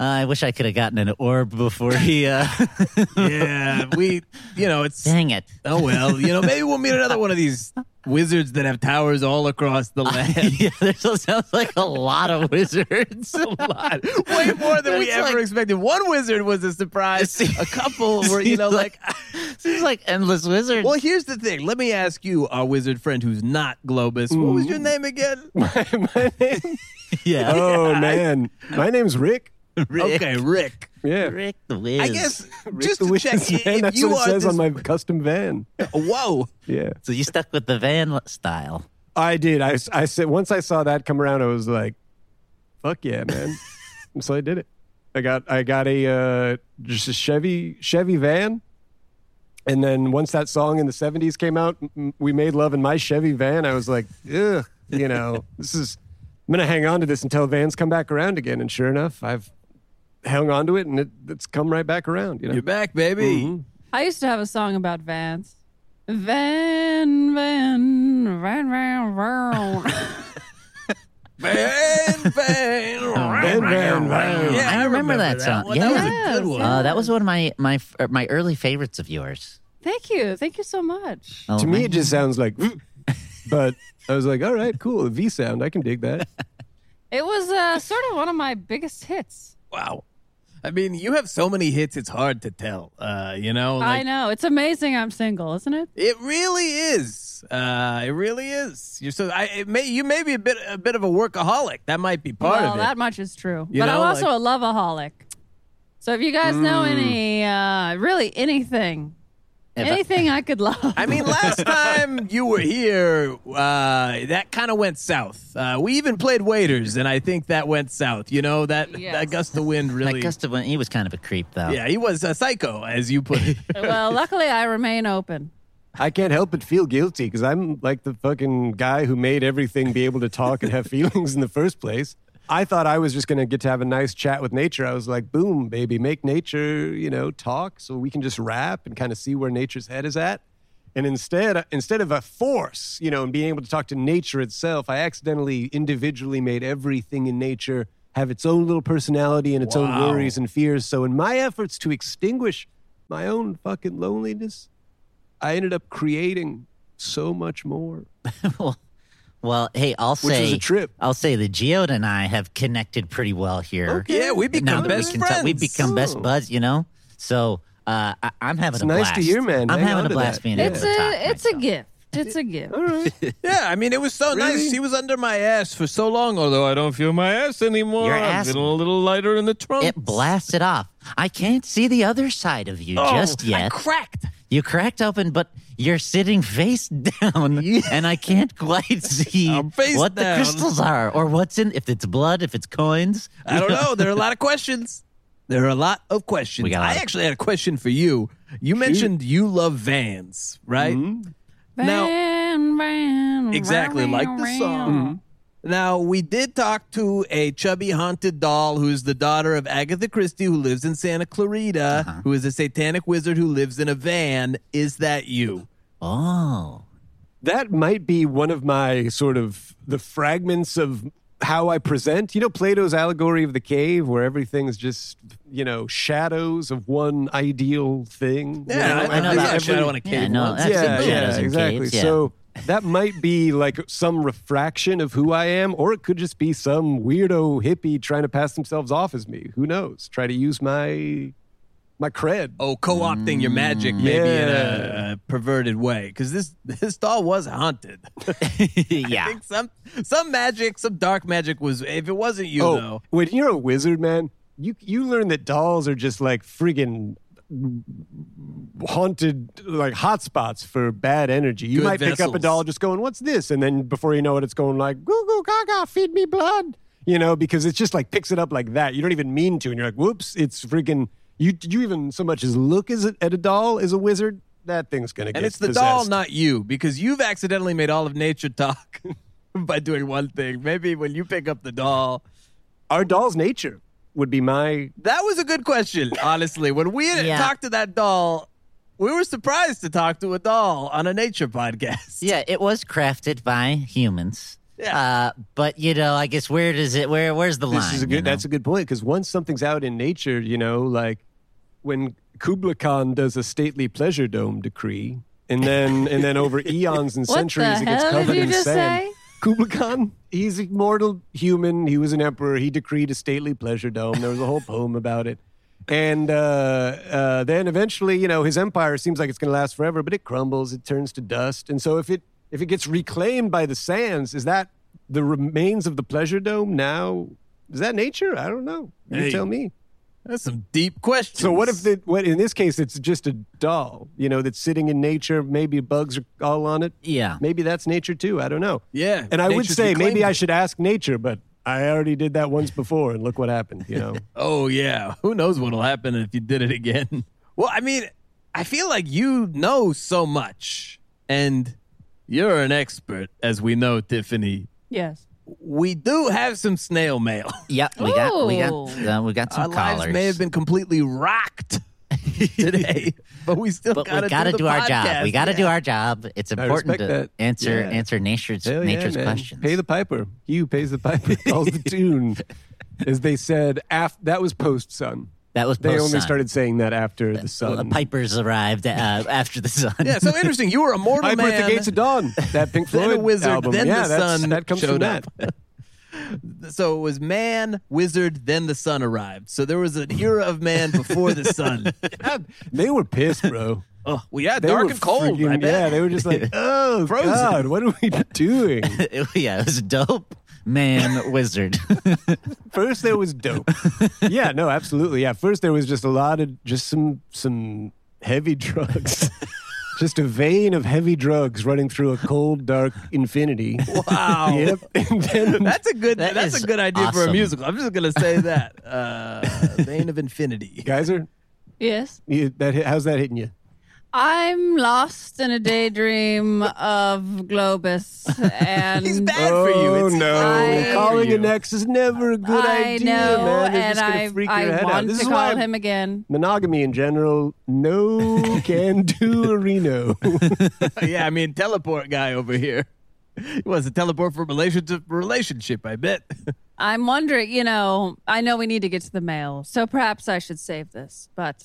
A: I wish I could have gotten an orb before he. Uh...
B: yeah, we, you know, it's.
A: Dang it!
B: Oh, well, you know, maybe we'll meet another one of these wizards that have towers all across the land.
A: yeah, there sounds like a lot of wizards.
B: A lot. Way more than we
A: It's
B: ever
A: like-
B: expected. One wizard was a surprise.
A: It seems-
B: A couple were, you
A: seems
B: know, like.
A: like- Seems like endless wizards.
B: Well, here's the thing. Let me ask you, our wizard friend who's not Globus. What was your name again?
K: Ah. My name-
A: yeah,
K: oh, man. My name's Rick.
A: Rick.
B: Okay, Rick.
K: Yeah.
A: Rick the Wiz.
B: I guess
K: Rick
B: just
K: the
B: to
K: Wiz
B: check, i-
K: Van.
B: if
K: That's
B: you
K: what
B: are
K: it says
B: this,
K: on my custom van.
B: whoa,
K: Yeah.
A: So you stuck with the van style.
K: I did. I, I said once I saw that come around, I was like, "Fuck yeah, man!" And so I did it. I got I got a uh, just a Chevy Chevy van, and then once that song in the '70s came out, m- m- "We Made Love in My Chevy Van," I was like, "Ugh," you know, this is. I'm gonna hang on to this until vans come back around again. And sure enough, I've hung on to it, and it, it's come right back around. You know,
B: you're back, baby.
K: Mhm.
E: I used to have a song about vans. Van, van, van, van, van.
K: Mm-hmm.
B: Van, van,
K: Van, van, van.
B: Yeah,
A: I remember that song.
B: one. That was
E: Yeah.
B: a good one.
E: Yeah.
A: Uh, that was one of my my uh, my early favorites of yours.
E: Thank you. Thank you so much.
A: Oh,
K: to
A: my-
K: me, it just sounds like. but I was like, "All right, cool, V sound. I can dig that."
E: It was uh, sort of one of my biggest hits.
B: Wow. I mean, you have so many hits, it's hard to tell. Uh, you know,
E: I
B: like,
E: know. It's amazing I'm single, isn't it?
B: it really is. Uh, it really is. You're so. I it may you may be a bit a bit of a workaholic. That might be part
E: well,
B: of it.
E: that much is true.
B: You
E: but
B: know,
E: I'm also
B: like-
E: a loveaholic. So if you guys know any, uh, really anything
A: If I-
E: Anything I could love.
B: I mean, last time you were here, uh, that kind of went south. Uh, we even played waiters, and I think that went south. You know that
E: Yes.
B: that gust of wind
A: That
B: really.
A: gust of wind, he was kind of a creep, though.
B: yeah, he was a psycho, as you put it.
E: well, luckily I remain open.
K: I can't help but feel guilty because I'm like the fucking guy who made everything be able to talk and have feelings in the first place. I thought I was just going to get to have a nice chat with nature. I was like, boom, baby, make nature, you know, talk so we can just rap and kind of see where nature's head is at. And instead, uh, instead of a force, you know, and being able to talk to nature itself, I accidentally individually made everything in nature have its own little personality and its
B: Wow.
K: own worries and fears. So, in my efforts to extinguish my own fucking loneliness, I ended up creating so much more,
A: Well, hey, I'll
K: which
A: say
K: was a trip.
A: I'll say the Geode and I have connected pretty well here.
K: Okay.
B: yeah, we
A: now
B: become
A: that
B: best
A: we can
B: friends.
A: Tell, we've become best
K: Oh.
A: buds, you know. So uh, I, I'm having
K: It's
A: a
K: nice
A: blast.
K: to hear, man.
A: I'm
K: Hang
A: having
K: on
A: a
K: to
A: blast
K: that.
A: being able
E: It's
A: to talk.
E: a it's a
A: myself.
E: gift. It's a gift.
K: All right.
B: Yeah, I mean, it was so nice. He was under my ass for so long, although I don't feel my ass anymore.
A: Your
B: I'm
A: ass-
B: feeling a little lighter in the trunk.
A: It blasted off. I can't see the other side of you
K: Oh.
B: Oh.
A: just yet.
B: cracked.
A: you cracked open, but you're sitting face down, and I can't quite see
B: I'm face
A: what
B: down.
A: the crystals are or what's in. If it's blood, if it's coins,
B: I don't know. There are a lot of questions. There are a lot of questions.
A: We got a lot
B: I
A: of-
B: actually had a question for you. You mentioned you love vans, right?
A: Mm-hmm.
B: Now-
E: Van, van,
B: Exactly,
E: van,
B: like the
E: van.
B: song. Now, we did talk to a chubby haunted doll who's the daughter of Agatha Christie, who lives in Santa Clarita,
A: Uh-huh.
B: who is a satanic wizard who lives in a van. Is that you?
A: Oh,
K: That might be one of my sort of the fragments of how I present. You know, Plato's allegory of the cave, where everything's just, you know, shadows of one ideal thing. you know,
A: I know
K: every-
A: that.
B: I
K: every-
B: shadow in a
A: Yeah,
B: cave
A: no,
B: once.
A: I've seen shadows in
K: exactly.
A: caves, yeah.
K: So that might be like some refraction of who I am, or it could just be some weirdo hippie trying to pass themselves off as me. Who knows? Try to use my my cred.
B: Oh, co-opting your magic maybe in a,
K: Yeah.
B: a perverted way because this this doll was haunted. I
A: yeah.
B: think some some magic, some dark magic was. If it wasn't you,
K: oh,
B: though,
K: when you're a wizard, man, you you learn that dolls are just like friggin' haunted like hotspots for bad energy. You
B: Good
K: might pick up a
B: vessels.
K: doll just going, "What's this?" and then before you know it, it's going like, "Goo goo gaga, feed me blood," you know, because it's just like picks it up like that. You don't even mean to, and you're like, "Whoops!" It's friggin' you. You even so much as look as a, at a doll as a wizard, that thing's gonna get
B: and it's the
K: possessed.
B: doll, not you, because you've accidentally made all of nature talk by doing one thing. Maybe when you pick up the doll,
K: Our doll's nature would be my
B: that was a good question. Honestly, when we had
A: Yeah.
B: talked to that doll, we were surprised to talk to a doll on a nature podcast.
A: Yeah, it was crafted by humans.
B: Yeah.
A: Uh, but you know, I guess where does it? Where where's the line?
K: This is a
A: you
K: good.
A: know?
K: That's a good point because once something's out in nature, you know, like when Kublai Khan does a stately pleasure dome decree, and then and then over eons and
E: What
K: centuries,
E: the
K: it gets
E: hell
K: covered
E: did you
K: in
E: just
K: sand.
E: say?
K: Kublai Khan, he's a mortal human. He was an emperor. He decreed a stately pleasure dome. There was a whole poem about it. And uh, uh, then eventually, you know, his empire seems like it's going to last forever, but it crumbles. It turns to dust. And so, if it if it gets reclaimed by the sands, is that the remains of the pleasure dome now? Is that nature? I don't know. You
B: Hey.
K: tell me.
B: That's some deep questions.
K: So what if the what in this case it's just a doll, you know, that's sitting in nature. Maybe bugs are all on it.
A: Yeah.
K: Maybe that's nature too. I don't know.
B: Yeah,
K: And I would
B: nature's
K: say maybe
B: reclaiming
K: I
B: it.
K: should ask nature, but I already did that once before, and look what happened. You know.
B: Oh yeah, who knows what'll happen if you did it again? Well, I mean, I feel like you know so much, and you're an expert, as we know, Tiffany.
G: Yes.
B: We do have some snail mail.
A: Yeah, we got we
E: Ooh.
A: got uh, we got
B: Our
A: some collars.
B: lives may have been completely rocked today, but we still
A: but
B: gotta
A: we got to
B: the
A: do, our
B: podcast.
A: job. We got to
B: Yeah.
A: do our job. It's important
K: respect
A: to
K: that.
A: answer
K: Yeah.
A: answer nature's
K: Hell yeah,
A: nature's
K: man.
A: questions.
K: Pay the piper. He who pays the piper calls the tune, as they said. Af- that was post sun.
A: that was
K: They
A: post
K: only
A: sun.
K: started saying that after the
A: Well, the
K: sun.
A: pipers arrived uh, after the sun.
B: Yeah, so interesting. You were a mortal
K: Piper
B: man.
K: at the Gates of Dawn. That Pink
B: Then a
K: Floyd
B: wizard,
K: album.
B: then
K: yeah,
B: the
K: that's-
B: sun
K: that comes
B: showed
K: from that.
B: up. so it was man, wizard, then the sun arrived. So there was an era of man before the sun.
K: They were pissed, bro.
B: oh, well, yeah,
K: They
B: dark
K: were
B: and cold. I
K: freaking-
B: bet.
K: Yeah, they were just like, oh
B: Frozen.
K: god, what are we doing?
A: yeah, it was dope man wizard.
K: First there was dope. yeah, no, absolutely. Yeah, first there was just a lot of just some some heavy drugs. Just a vein of heavy drugs running through a cold, dark infinity.
B: Wow.
K: yep. And then
B: That's a good.
A: That
B: that's
A: is
B: a good idea for a
A: awesome.
B: musical. I'm just gonna say that. Uh, Vein of Infinity.
K: Geyser,
E: Yes.
K: you, that hit, how's that hitting you?
E: I'm lost in a daydream of Globus, and
B: He's bad for you.
K: Oh,
B: It's
K: no.
E: I-
K: Calling
B: you.
K: an ex is never a good
E: I
K: idea,
E: know,
K: man. They're
E: and
K: just gonna
E: I,
K: freak your
E: I
K: head out.
E: want
K: This
E: to
K: is
E: call
K: why
E: him again.
K: monogamy in general, no can do Reno.
B: yeah, I mean teleport guy over here. He wants to teleport from relationship to relationship. I bet.
E: I'm wondering, you know, I know we need to get to the mail, so perhaps I should save this, but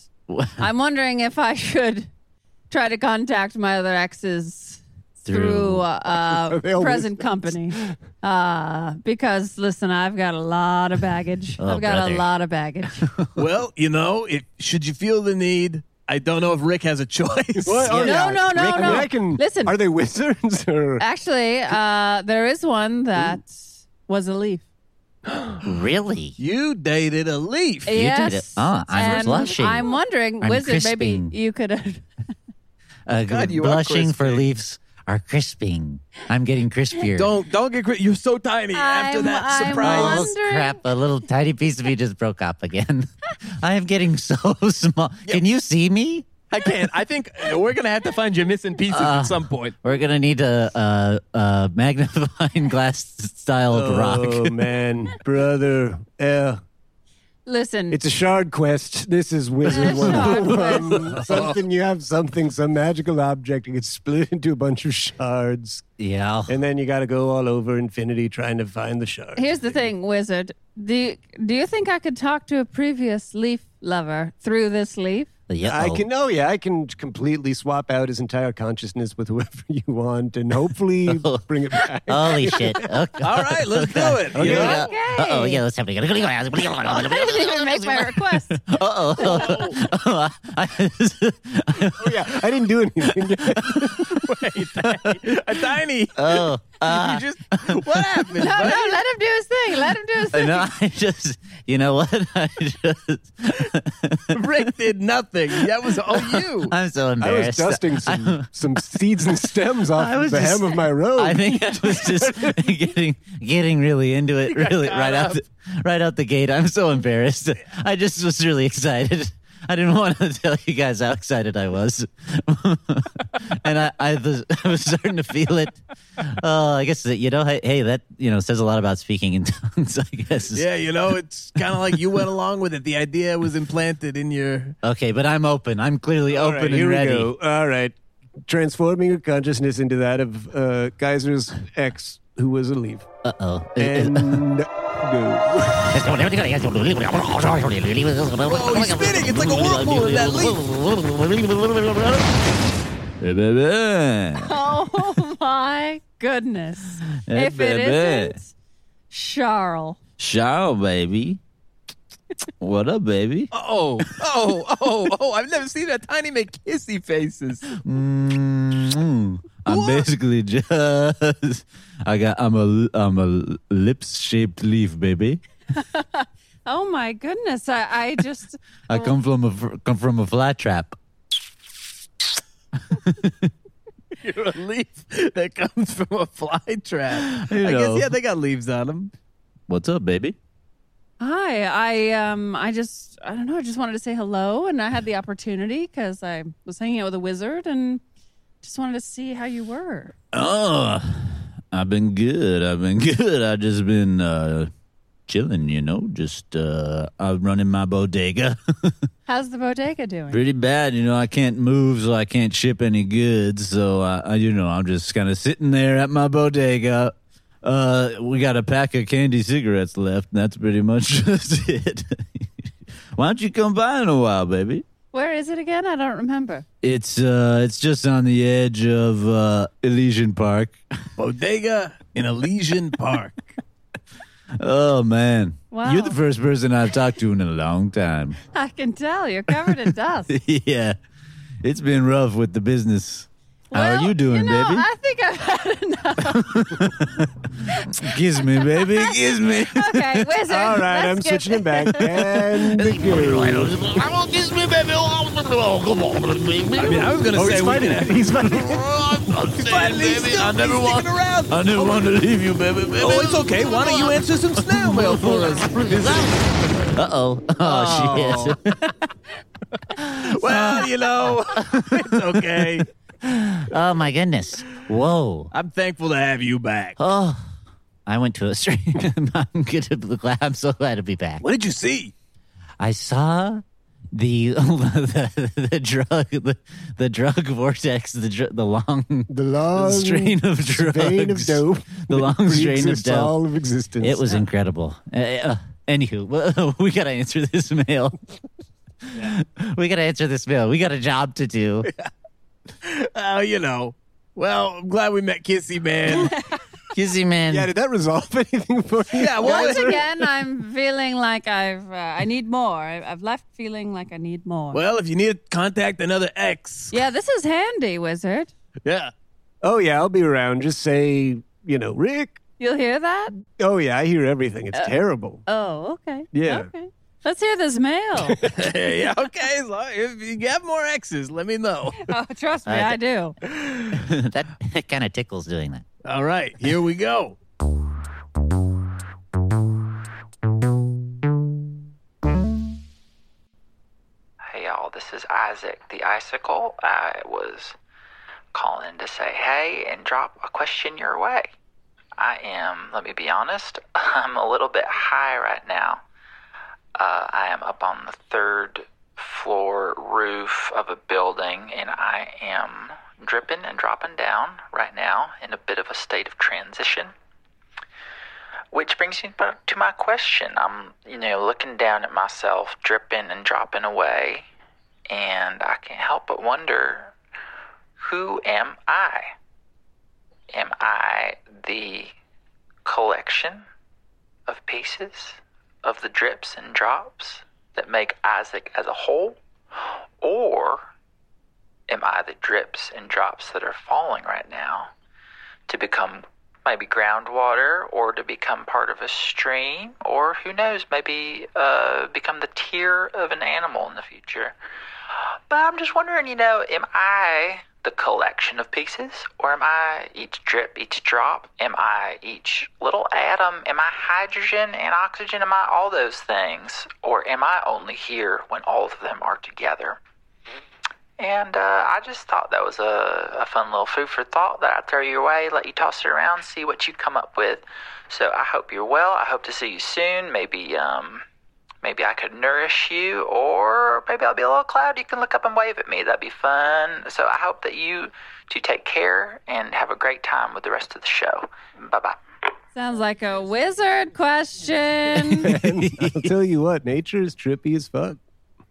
E: I'm wondering if I should try to contact my other exes through,
A: Through-
E: uh,
K: They always-
E: present company. Uh, because, listen, I've got a lot of baggage.
A: Oh,
E: I've got
A: brother.
E: a lot of baggage.
B: well, you know, if should you feel the need, I don't know if Rick has a choice.
K: What? Oh,
E: No,
K: yeah.
E: no, no,
K: Rick- I mean,
E: no.
K: I can,
E: Listen.
K: Are they wizards or?
E: Actually, uh, there is one that was a leaf.
A: Really?
B: You dated a leaf.
A: did it.
E: yes.
A: Ah, I'm
E: and
A: blushing.
E: I'm wondering,
A: I'm
E: Wizard,
A: crisping.
E: maybe you could.
A: Uh,
B: God, you are
A: blushing for
B: crispy.
A: leaves are crisping. I'm getting crispier.
B: Don't don't get crit- you're so tiny after
E: I'm-
B: that
E: I'm
A: Oh,
B: surprise.
E: wondering-
A: crap! A little tiny piece of me just broke up again. I am getting so small. Can you see me?
B: I can't. I think we're gonna have to find your missing pieces at some point.
A: We're gonna need a, uh uh magnifying glass styled rock.
K: Oh man, brother, uh,
E: Listen,
K: it's a shard quest. This is wizard
E: It's a shard
K: one. something you have something, some magical object. It gets split into a bunch of shards,
A: Yeah.
K: and then you got to go all over infinity trying to find the shard.
E: here's the thing, Wizard. Do you, do you think I could talk to a previous leaf lover through this leaf?
A: yeah.
K: I can, oh yeah, I can completely swap out his entire consciousness with whoever you want, and hopefully bring it back.
A: Oh. Holy shit! Okay.
B: All right, let's do it. you know?
A: Uh oh, yeah, let's have it.
E: I didn't even make my request.
A: Uh oh.
K: Oh, yeah, I didn't do anything.
B: a tiny.
A: Oh. uh,
B: you just what happened?
E: No,
B: buddy?
E: no, let him do his thing. Let him do his thing.
A: No, I just, you know what? I just,
B: Rick did nothing. That was all you.
A: I'm so
K: I was
A: embarrassed.
K: dusting some, some seeds and stems
A: I
K: off
A: was
K: the
A: just-
K: hem of my robe.
A: I think I was just getting getting really into it, really right out the, right out the gate. I'm so embarrassed. I just was really excited. I didn't want to tell you guys how excited I was, and I I was, I was starting to feel it. Oh, I guess that, you know, hey, hey, that you know says a lot about speaking in tongues. I guess.
B: Yeah, you know, it's kind of like you went along with it. The idea was implanted in your.
A: Okay, but I'm open. I'm clearly
K: All
A: open
K: right,
A: and
K: here
A: ready.
K: we go. All right. Transforming your consciousness into that of uh, Geyser's ex, who was a leaf.
A: Uh oh.
K: And go.
A: Whoa,
B: Oh, he's spinning. It's like a whirlpool in that
E: Oh my goodness. if it isn't Charles.
A: Shower, baby. What up, baby?
B: Oh, oh, oh, oh! I've never seen that tiny make kissy faces.
A: Mm, I'm basically just I got I'm a I'm a lips shaped leaf, baby.
E: Oh my goodness. I, I just
D: Oh.
A: I come from a fr- come from a fly trap.
B: You're a leaf that comes from a fly trap.
A: You
B: I
A: know.
B: guess yeah, they got leaves on them.
A: What's up, baby?
E: Hi, I um, I just I don't know. I just wanted to say hello, and I had the opportunity because I was hanging out with a wizard, and just wanted to see how you were.
A: Oh, I've been good. I've been good. I've just been uh, chilling, you know. Just uh, I'm running my bodega.
E: How's the bodega doing?
A: pretty bad. You know, I can't move, so I can't ship any goods. So I, I you know, I'm just kind of sitting there at my bodega. Uh, we got a pack of candy cigarettes left, and that's pretty much just it. Why don't you come by in a while, baby?
E: Where is it again? I don't remember.
A: It's uh, it's just on the edge of uh, Elysian Park.
B: Bodega in Elysian Park.
A: Oh man,
E: Wow.
A: you're the first person I've talked to in a long time.
E: I can tell you're covered in dust.
A: yeah, it's been rough with the business. How
E: Well,
A: are you doing,
E: know,
A: baby?
E: I think I've had enough.
A: Kiss me, baby. Kiss me.
E: Okay, wizard.
K: All right,
E: let's
K: I'm
E: get-
K: switching it back. And go.
A: I won't kiss me, baby.
B: I mean, I was gonna
L: Oh,
B: say
L: he's
B: we
L: fighting
B: can-
L: it. He's fighting
B: He's fighting, he's still- he's sticking around.
L: I never want to leave you, baby. baby.
B: Oh, it's okay. Why don't you answer some snail mail for us?
A: Uh-oh. Oh, shit.
B: well, you know, it's okay.
A: oh my goodness. Whoa.
B: I'm thankful to have you back.
A: Oh. I went to a stream. I'm gonna I'm so glad to be back.
B: What did you see?
A: I saw the the, the drug the, the drug vortex the dr- the long
M: The long
A: strain of drugs
M: Mm. strain of dope.
A: the long strain of
M: Pre-exists
A: dope
M: All of existence.
A: It was incredible. Uh, uh, anywho, well, we got to answer this mail. we got to answer this mail. We got a job to do.
B: Oh, you know. Well, I'm glad we met Kissy Man.
A: Kizzy man.
M: Yeah, did that resolve anything for you?
B: Yeah, well,
E: Once again, I'm feeling like I've uh, I need more. I- I've left feeling like I need more.
B: well, if you need to contact another ex,
E: yeah, this is handy, wizard.
B: yeah.
M: Oh yeah, I'll be around. Just say, you know, Rick.
E: You'll hear that.
M: Oh yeah, I hear everything. It's terrible.
E: Oh, okay.
M: Yeah.
E: Okay. Let's hear this mail.
B: yeah, okay. as long- If you have more exes, let me know.
E: oh, trust me,
A: Uh,
E: I do.
A: that kind of tickles doing that.
B: All right, here we go.
K: Hey y'all, this is Isaac the Icicle. I was calling to say hey and drop a question your way. I am, let me be honest, I'm a little bit high right now. Uh, I am up on the third floor roof of a building and I am dripping and dropping down right now in a bit of a state of transition. Which brings me back to my question. I'm, you know, looking down at myself, dripping and dropping away, and I can't help but wonder who am I? Am I the collection of pieces of the drips and drops that make Isaac as a whole? Or am I the drips and drops that are falling right now to become maybe groundwater or to become part of a stream or who knows maybe uh, become the tear of an animal in the future but i'm just wondering you know am i the collection of pieces or am i each drip each drop am i each little atom am i hydrogen and oxygen am i all those things or am i only here when all of them are together and uh, I just thought that was a, a fun little food for thought that I'd throw your way, let you toss it around, see what you come up with. So I hope you're well. I hope to see you soon. Maybe um, maybe I could nourish you, or maybe I'll be a little cloud. You can look up and wave at me. That'd be fun. So I hope that you do take care and have a great time with the rest of the show. Bye bye.
E: Sounds like a wizard question.
M: And I'll tell you what, nature is trippy as fuck.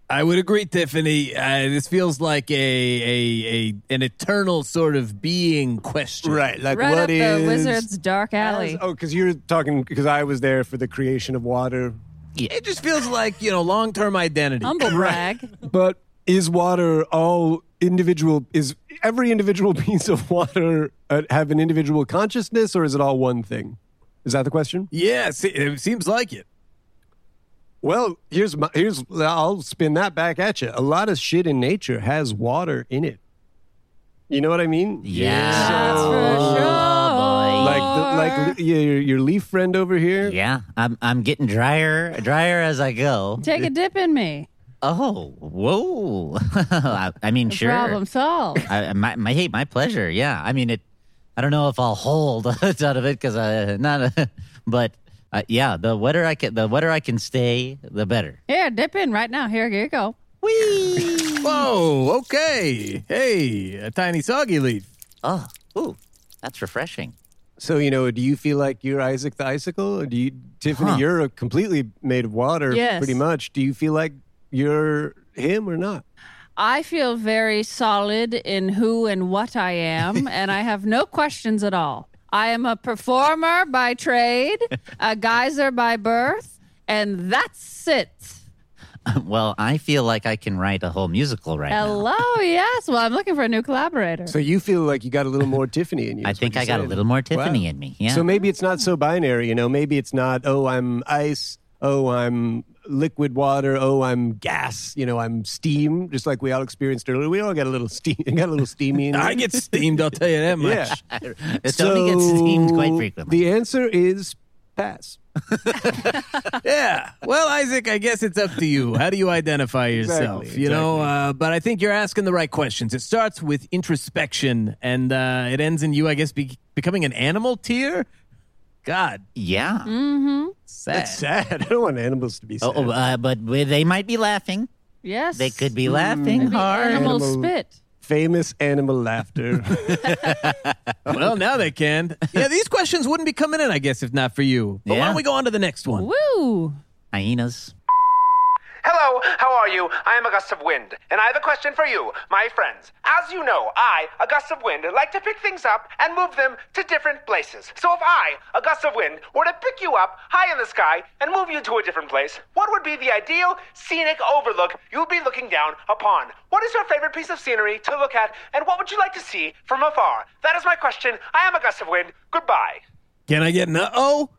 B: I would agree, Tiffany. Uh, this feels like a, a a an eternal sort of being question.
M: Right, like
E: right up
M: what is?
E: the wizard's dark alley.
M: Oh, because you're talking because I was there for the creation of water.
B: It just feels like you know long term identity.
E: Humble brag.
M: But is water all individual? Is every individual piece of water uh, have an individual consciousness, or is it all one thing? Is that the question?
B: Yeah, se- it seems like it.
M: Well, here's my, here's I'll spin that back at you. A lot of shit in nature has water in it. You know what I mean?
A: Yeah.
E: That's for
A: Oh,
E: sure.
M: Like the, like your, your leaf friend over here.
A: Yeah, I'm I'm getting drier, drier as I go.
E: Take a dip in me.
A: Oh, whoa! I, I mean, sure.
E: Problem solved.
A: I, I- my, my hate, my pleasure. Yeah, I mean it. I don't know if I'll hold a ton of it because I not, a, but uh, yeah, the wetter I can, the wetter I can stay, the better.
E: Here, dip in right now. Here, here you go.
B: Whoa, okay. Hey, a tiny soggy leaf.
A: Oh, ooh, that's refreshing.
M: So you know, do you feel like you're Isaac the Icicle? Or do you, Tiffany?
A: Huh.
M: You're completely made of water,
E: Yes.
M: pretty much. Do you feel like you're him or not?
E: I feel very solid in who and what I am, and I have no questions at all. I am a performer by trade, a geyser by birth, and that's it.
A: well, I feel like I can write a whole musical right now.
E: Hello, yes. Well, I'm looking for a new collaborator.
M: So you feel like you got a little more Tiffany in you.
A: I
M: is what
A: think
M: you're
A: I got a
M: saying.
A: little more Tiffany
M: Wow.
A: in me. Yeah.
M: So maybe it's not so binary. You know, maybe it's not. Oh, I'm ice. Oh, I'm
K: liquid water. Oh, I'm gas. You know, I'm steam. Just like we all experienced earlier, we all got a little steam. Got a little steamy. In
B: I
K: it.
B: get steamed, I'll tell you that much.
K: Yeah.
B: It's only gets steamed quite
K: So,
B: frequently.
K: The answer is pass.
B: yeah. Well, Isaac, I guess it's up to you. How do you identify yourself?
K: Exactly,
B: You know, uh, but I think you're asking the right questions. It starts with introspection, and uh, it ends in you, I guess, be- becoming an animal tier. God,
A: Yeah.
E: Mm-hmm.
B: sad.
K: That's sad. I don't want animals to be sad.
A: Oh, oh, uh, but they might be laughing.
E: Yes.
A: They could be laughing hard.
E: Animal
K: Animal-
E: spit.
K: Famous animal laughter.
B: well, now they can. Yeah, these questions wouldn't be coming in, I guess, if not for you. But why
A: Yeah.
B: don't we go on to the next one?
E: Woo.
A: Hyenas.
M: Hello, how are you? I am a gust of wind, and I have a question for you, my friends. As you know, I, a gust of wind, like to pick things up and move them to different places. So if I, a gust of wind, were to pick you up high in the sky and move you to a different place, what would be the ideal scenic overlook you'd be looking down upon? What is your favorite piece of scenery to look at, and what would you like to see from afar? That is my question. I am a gust of wind. Goodbye.
B: Can I get an uh oh?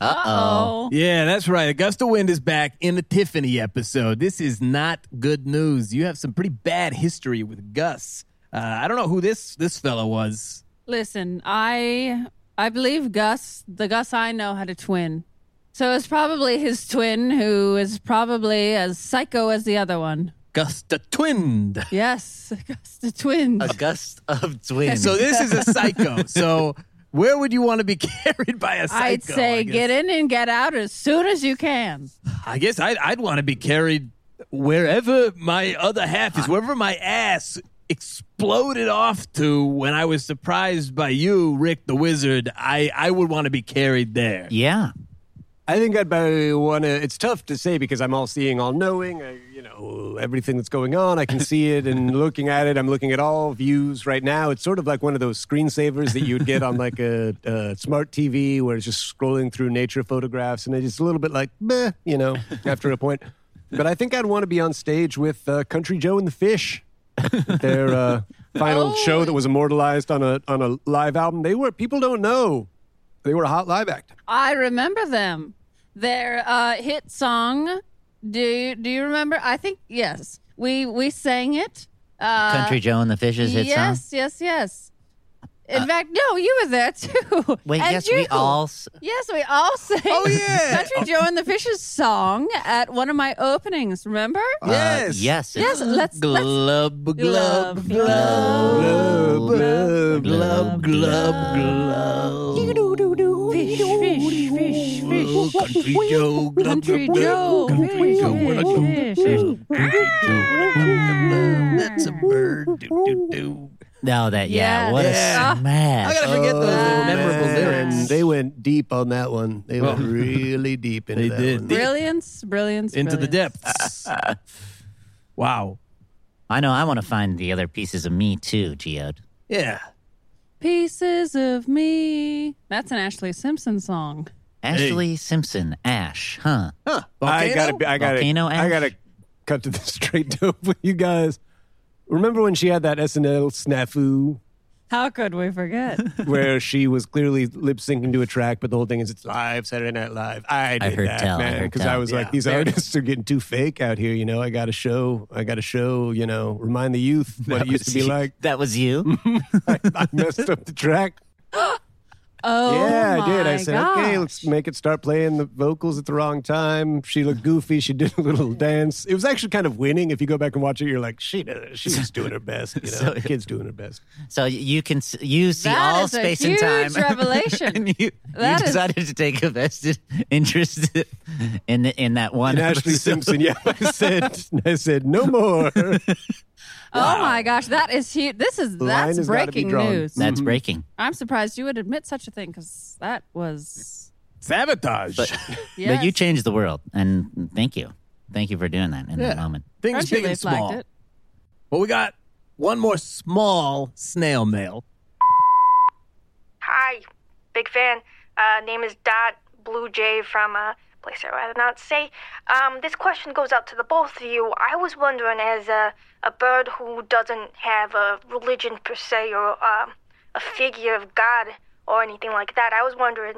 A: Uh
E: oh.
B: Yeah, that's right. Augusta Wind is back in the Tiffany episode. This is not good news. You have some pretty bad history with Gus. Uh, I don't know who this this fella was.
E: Listen, I I believe Gus, the Gus I know, had a twin. So it's probably his twin who is probably as psycho as the other one.
B: Gus the Twind.
E: Yes, Gus the twin.
A: A gust of twins.
B: So this is a psycho. so where would you want to be carried by a psycho?
E: I'd say
B: I guess?
E: get in and get out as soon as you can.
B: I guess I'd, I'd want to be carried wherever my other half is, wherever my ass exploded off to when I was surprised by you, Rick the Wizard. I, I would want to be carried there.
A: Yeah.
K: I think I'd probably want to. It's tough to say because I'm all seeing, all knowing. I, you know Oh, everything that's going on. I can see it and looking at it. I'm looking at all views right now. It's sort of like one of those screensavers that you'd get on like a, a smart TV where it's just scrolling through nature photographs, and it's just a little bit like, meh, you know, after a point. But I think I'd want to be on stage with uh, Country Joe and the Fish. Their uh, final
B: Oh,
K: show that was immortalized on a on a live album. They were people don't know. They were a hot live act.
E: I remember them. Their uh, hit song. Do you, do you remember? I think yes. We we sang it. Uh,
A: Country Joe and the Fishes hit song.
E: yes, yes, yes. In fact, no, you were there too.
A: Wait,
E: And
A: yes,
E: you.
A: we all. s-
E: Yes, we all sang.
B: Oh, yeah.
E: Country Joe and the Fishes song at one of my openings. Remember?
A: uh, yes.
E: Yes,
A: it's-
E: let's-
B: Glub, glub, glub,
E: Glove,
B: glub, glove, glove, glove,
E: Fish, fish, fish,
B: Oh,
E: fish.
B: Country Joe, glub,
E: Country
B: glub,
E: Joe,
B: glub, Country
E: fish,
B: Joe, what a
E: fish,
B: glub, Country Joe, glub, glub. That's a bird. Do, do, do.
A: No, oh, that, yeah.
E: Yes.
A: What
B: Yeah.
A: a
E: Ah,
A: smash.
B: I gotta forget those
E: Oh,
B: memorable
K: Man,
B: lyrics.
K: They went deep on that one. They went
B: Well,
K: really deep into
B: they
K: that
B: did.
K: one.
E: Brilliance, brilliance,
B: into the
E: brilliance.
B: depths. wow.
A: I know I want to find the other pieces of me too, Geode.
B: Yeah.
E: Pieces of me. That's an Ashley Simpson song.
A: Ashley Simpson, Ash, huh?
B: Huh.
K: I
B: Volcano?
K: gotta, be- I gotta,
A: Volcano
K: I gotta
A: ash?
K: cut to the straight dope with you guys. Remember when she had that SNL snafu
E: How could we forget?
K: where she was clearly lip syncing to a track, but the whole thing is it's live Saturday Night Live. I did
A: heard
K: that,
A: tell, I
K: man,
A: heard
K: because I,
A: tell.
K: was
B: Yeah.
K: like, these
B: Fair
K: artists are getting too fake out here. You know, I gotta show, I gotta show, you know, remind the youth what
A: That
K: it used to
A: was
K: be
A: you.
K: like.
A: That was you?
K: I, I messed up the track.
E: Oh,
K: yeah, I did. I
E: my
K: said,
E: gosh.
K: okay, let's make it start playing the vocals at the wrong time. She looked goofy. She did a little dance. It was actually kind of winning. If you go back and watch it, you're like, she did
M: uh,
K: it. She's doing her best. You know,
A: So-
K: the kid's doing her best.
A: So you can s- you see
E: That
A: all
E: is a
A: space
E: huge
A: and time.
E: revelation.
A: and you, you
E: That is-
A: decided to take a vested interest in the, in that one.
K: And Ashley
A: episode.
K: Simpson, yeah, I said, I said, no more.
E: Oh my gosh, that is huge. This is
K: The line
E: that's
K: has gotta be
E: breaking
K: drawn.
E: news.
A: That's breaking.
E: I'm surprised you would admit such a thing because that was.
B: Sabotage.
A: But-
E: Yes.
A: But you changed the world, and thank you, thank you for doing that in
B: Yeah.
A: that moment.
B: Things
E: Crunchy,
B: big
E: they
B: and
E: flagged
B: small.
E: it.
B: Well, we got one more small snail mail.
N: Hi, big fan. Uh, name is Dot Blue Jay from a place I'd rather not say. Um, this question goes out to the both of you. I was wondering, as a, a bird who doesn't have a religion per se or um, a figure of God or anything like that, I was wondering,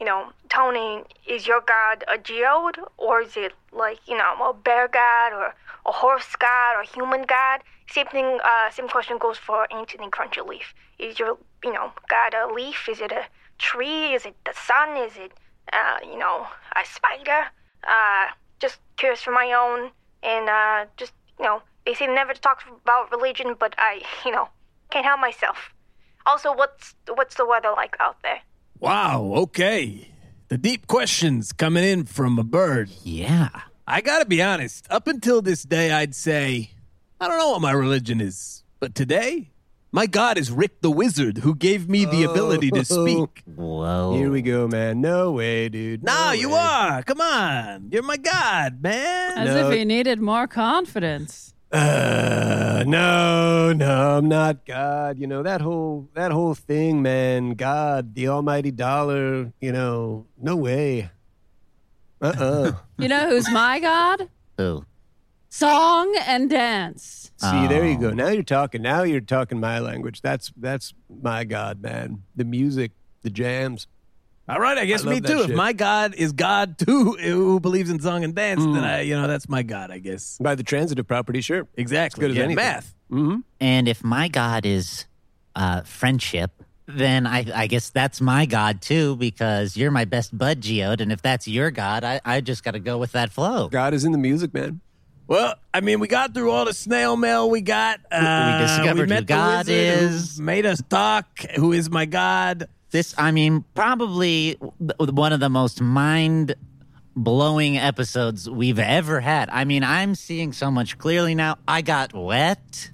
K: you know, Tony, is your god a geode or is it like, you know, a bear god or a horse god or human god? Same thing, uh, same question goes for Anthony Crunchleaf. Is your, you know, god a leaf? Is it a tree? Is it the sun? Is it, uh, you know, a spider? Uh, just curious for my own and uh, just, you know, they say never to talk about religion, but I, you know, can't help myself. Also, what's what's the weather like out there?
B: Wow, okay. The deep questions coming in from a bird.
A: Yeah.
B: I gotta be honest, up until this day, I'd say, I don't know what my religion is, but today, my God is Rick the Wizard, who gave me the ability to speak.
A: Whoa.
M: Here we go, man. No way, dude.
B: Oh. No, you are. Come on. You're my God, man.
E: As if he needed more confidence.
M: Uh, no, no, I'm not God. You know that whole that whole thing, man. God, the Almighty Dollar. You know, no way. Uh uh
E: You know who's my god?
A: Oh.
E: Song and dance.
M: See, there you go.
B: Oh.
M: Now you're talking. Now you're talking my language. That's that's my God, man. The music, the jams.
B: All right, I guess
M: I
B: me
M: love that
B: too. If
M: shit.
B: my God is God too, who believes in song and dance, then I, you know, that's my God, I guess.
M: By the transitive property, sure.
B: Exactly.
M: As good as
B: yeah,
M: anything.
B: math.
A: Mm-hmm. And if my God is uh, friendship, then I, I guess that's my God too, because you're my best bud, Geode. And if that's your God, I, I just got to go with that flow.
M: God is in the music, man.
B: Well, I mean, we got through all the snail mail we got. Uh,
A: discovered who
B: met the
A: God
B: wizard who
A: is.
B: Made us talk. Who is my God?
A: This, I mean, probably th- one of the most mind blowing episodes we've ever had. I mean, I'm seeing so much clearly now. I got wet.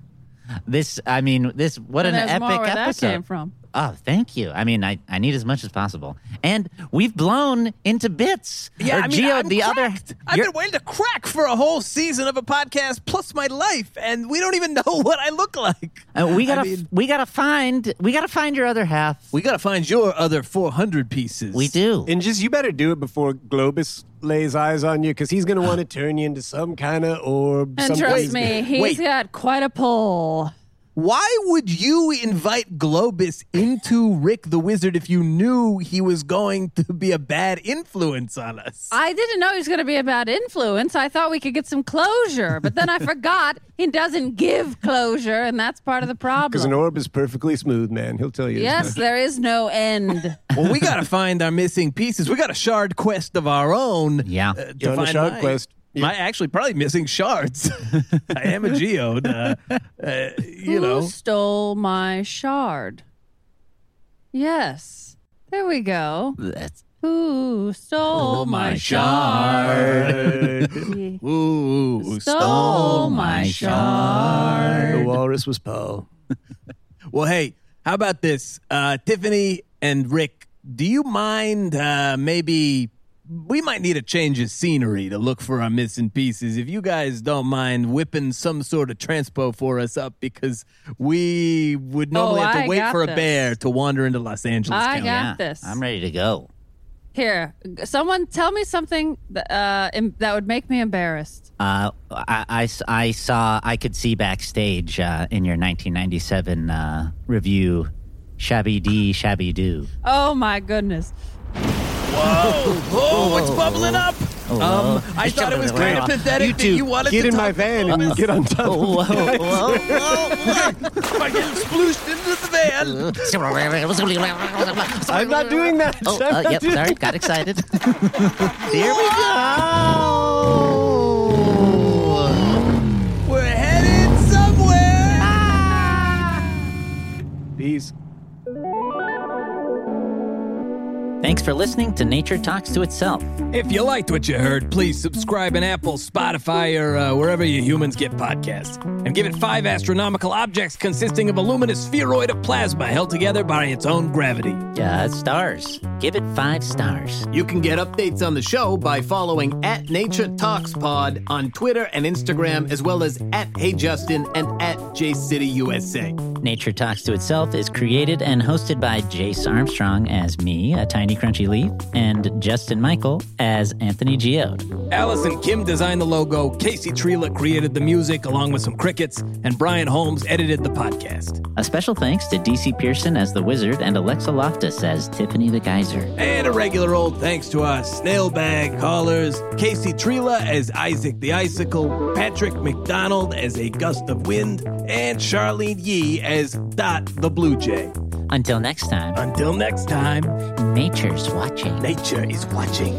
A: This, I mean, this, what
E: and
A: an
E: there's
A: epic
E: more where
A: episode.
E: that came from.
A: Oh, thank you. I mean, I, I need as much as possible. And we've blown into bits.
B: Yeah,
A: or
B: I mean,
A: Geo,
B: I'm
A: the other.
B: cracked. I've
A: you're-
B: been waiting to crack for a whole season of a podcast plus my life, and we don't even know what I look like.
A: Uh, we gotta,
B: I mean-
A: we gotta find, we gotta find your other half.
B: We got to find your other 400 pieces.
A: We do.
M: And just you better do it before Globus lays eyes on you, because he's gonna want to turn you into some kind of orb.
E: And
M: some
E: trust
M: place-
E: me, he's
B: Wait.
E: got quite a pull.
B: Why would you invite Globus into Rick the Wizard if you knew he was going to be a bad influence on us?
E: I didn't know he was going to be a bad influence. I thought we could get some closure, but then I forgot he doesn't give closure, and that's part of the
M: Because an
E: problem.
M: orb is perfectly smooth, man. He'll tell you. as
E: Yes,
M: much.
E: there is no end.
B: well, we got to find our missing pieces. We got a shard quest of our own.
A: Yeah.
B: uh, to
M: You're on a
B: find
M: shard
B: my-
M: quest.
B: My actually probably missing shards. I am a geode. Uh, uh, you
E: Who
B: know.
E: stole my shard? Yes. There we go.
A: That's-
E: Who stole my,
A: my
E: shard?
B: Ooh,
E: stole,
A: stole my
E: my shard.
M: The walrus was Paul.
B: Well, hey, how about this? Uh, Tiffany and Rick, do you mind uh, maybe we might need a change of scenery to look for our missing pieces? If you guys don't mind whipping some sort of transpo for us up because we would normally
E: Oh,
B: have to
E: I
B: wait
E: got
B: for a
E: this.
B: bear to wander into Los Angeles
E: I
B: County.
E: got
A: Oh, Yeah,
E: this.
A: I'm ready to go.
E: Here, g- someone tell me something that, uh, em- that would make me embarrassed.
A: Uh, I, I s- I saw, I could see backstage uh, in your 1997 uh, review, Shabby D, Shabby Do.
E: Oh my goodness.
B: Oh, what's bubbling up?
A: whoa.
B: um, I
A: It's
B: thought it was
A: jumping
B: kind
A: around.
B: of pathetic
A: You
B: that
A: two,
B: you wanted
M: Get
B: to
M: in
B: talk
M: my van and get on top.
A: Oh, whoa, whoa,
B: I get splooshed into the van.
A: Oh, whoa.
M: I'm not doing that.
A: Oh,
M: I'm
A: uh,
M: not
A: yep,
M: doing-
A: sorry, got excited. Here we
B: We're headed somewhere.
M: Peace.
A: Thanks for listening to Nature Talks to Itself.
B: If you liked what you heard, please subscribe in Apple, Spotify, or uh, wherever you humans get podcasts. And give it five astronomical objects consisting of a luminous spheroid of plasma held together by its own gravity.
A: Yeah, Uh, stars. Give it five stars.
O: You can get updates on the show by following at Nature Talks Pod on Twitter and Instagram, as well as at Hey Justin and at J City USA.
A: Nature Talks to Itself is created and hosted by Jace Armstrong as me, a tiny crunchy leaf, and Justin Michael as Anthony Geode.
B: Allison Kim designed the logo, Casey Trela created the music along with some crickets, and Brian Holmes edited the podcast.
A: A special thanks to DC Pearson as the wizard and Alexa Loftus Alexa says Tiffany the Geyser.
B: And a regular old thanks to our snailbag callers Casey Trela as Isaac the Icicle, Patrick McDonald as a gust of wind, and Charlene Yee as Dot the Blue Jay.
A: Until next time.
B: Until next time.
A: Nature's watching.
B: Nature is watching.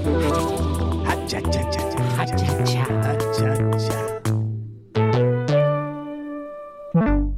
B: Ha-cha-cha-cha-cha. Ha-cha-cha.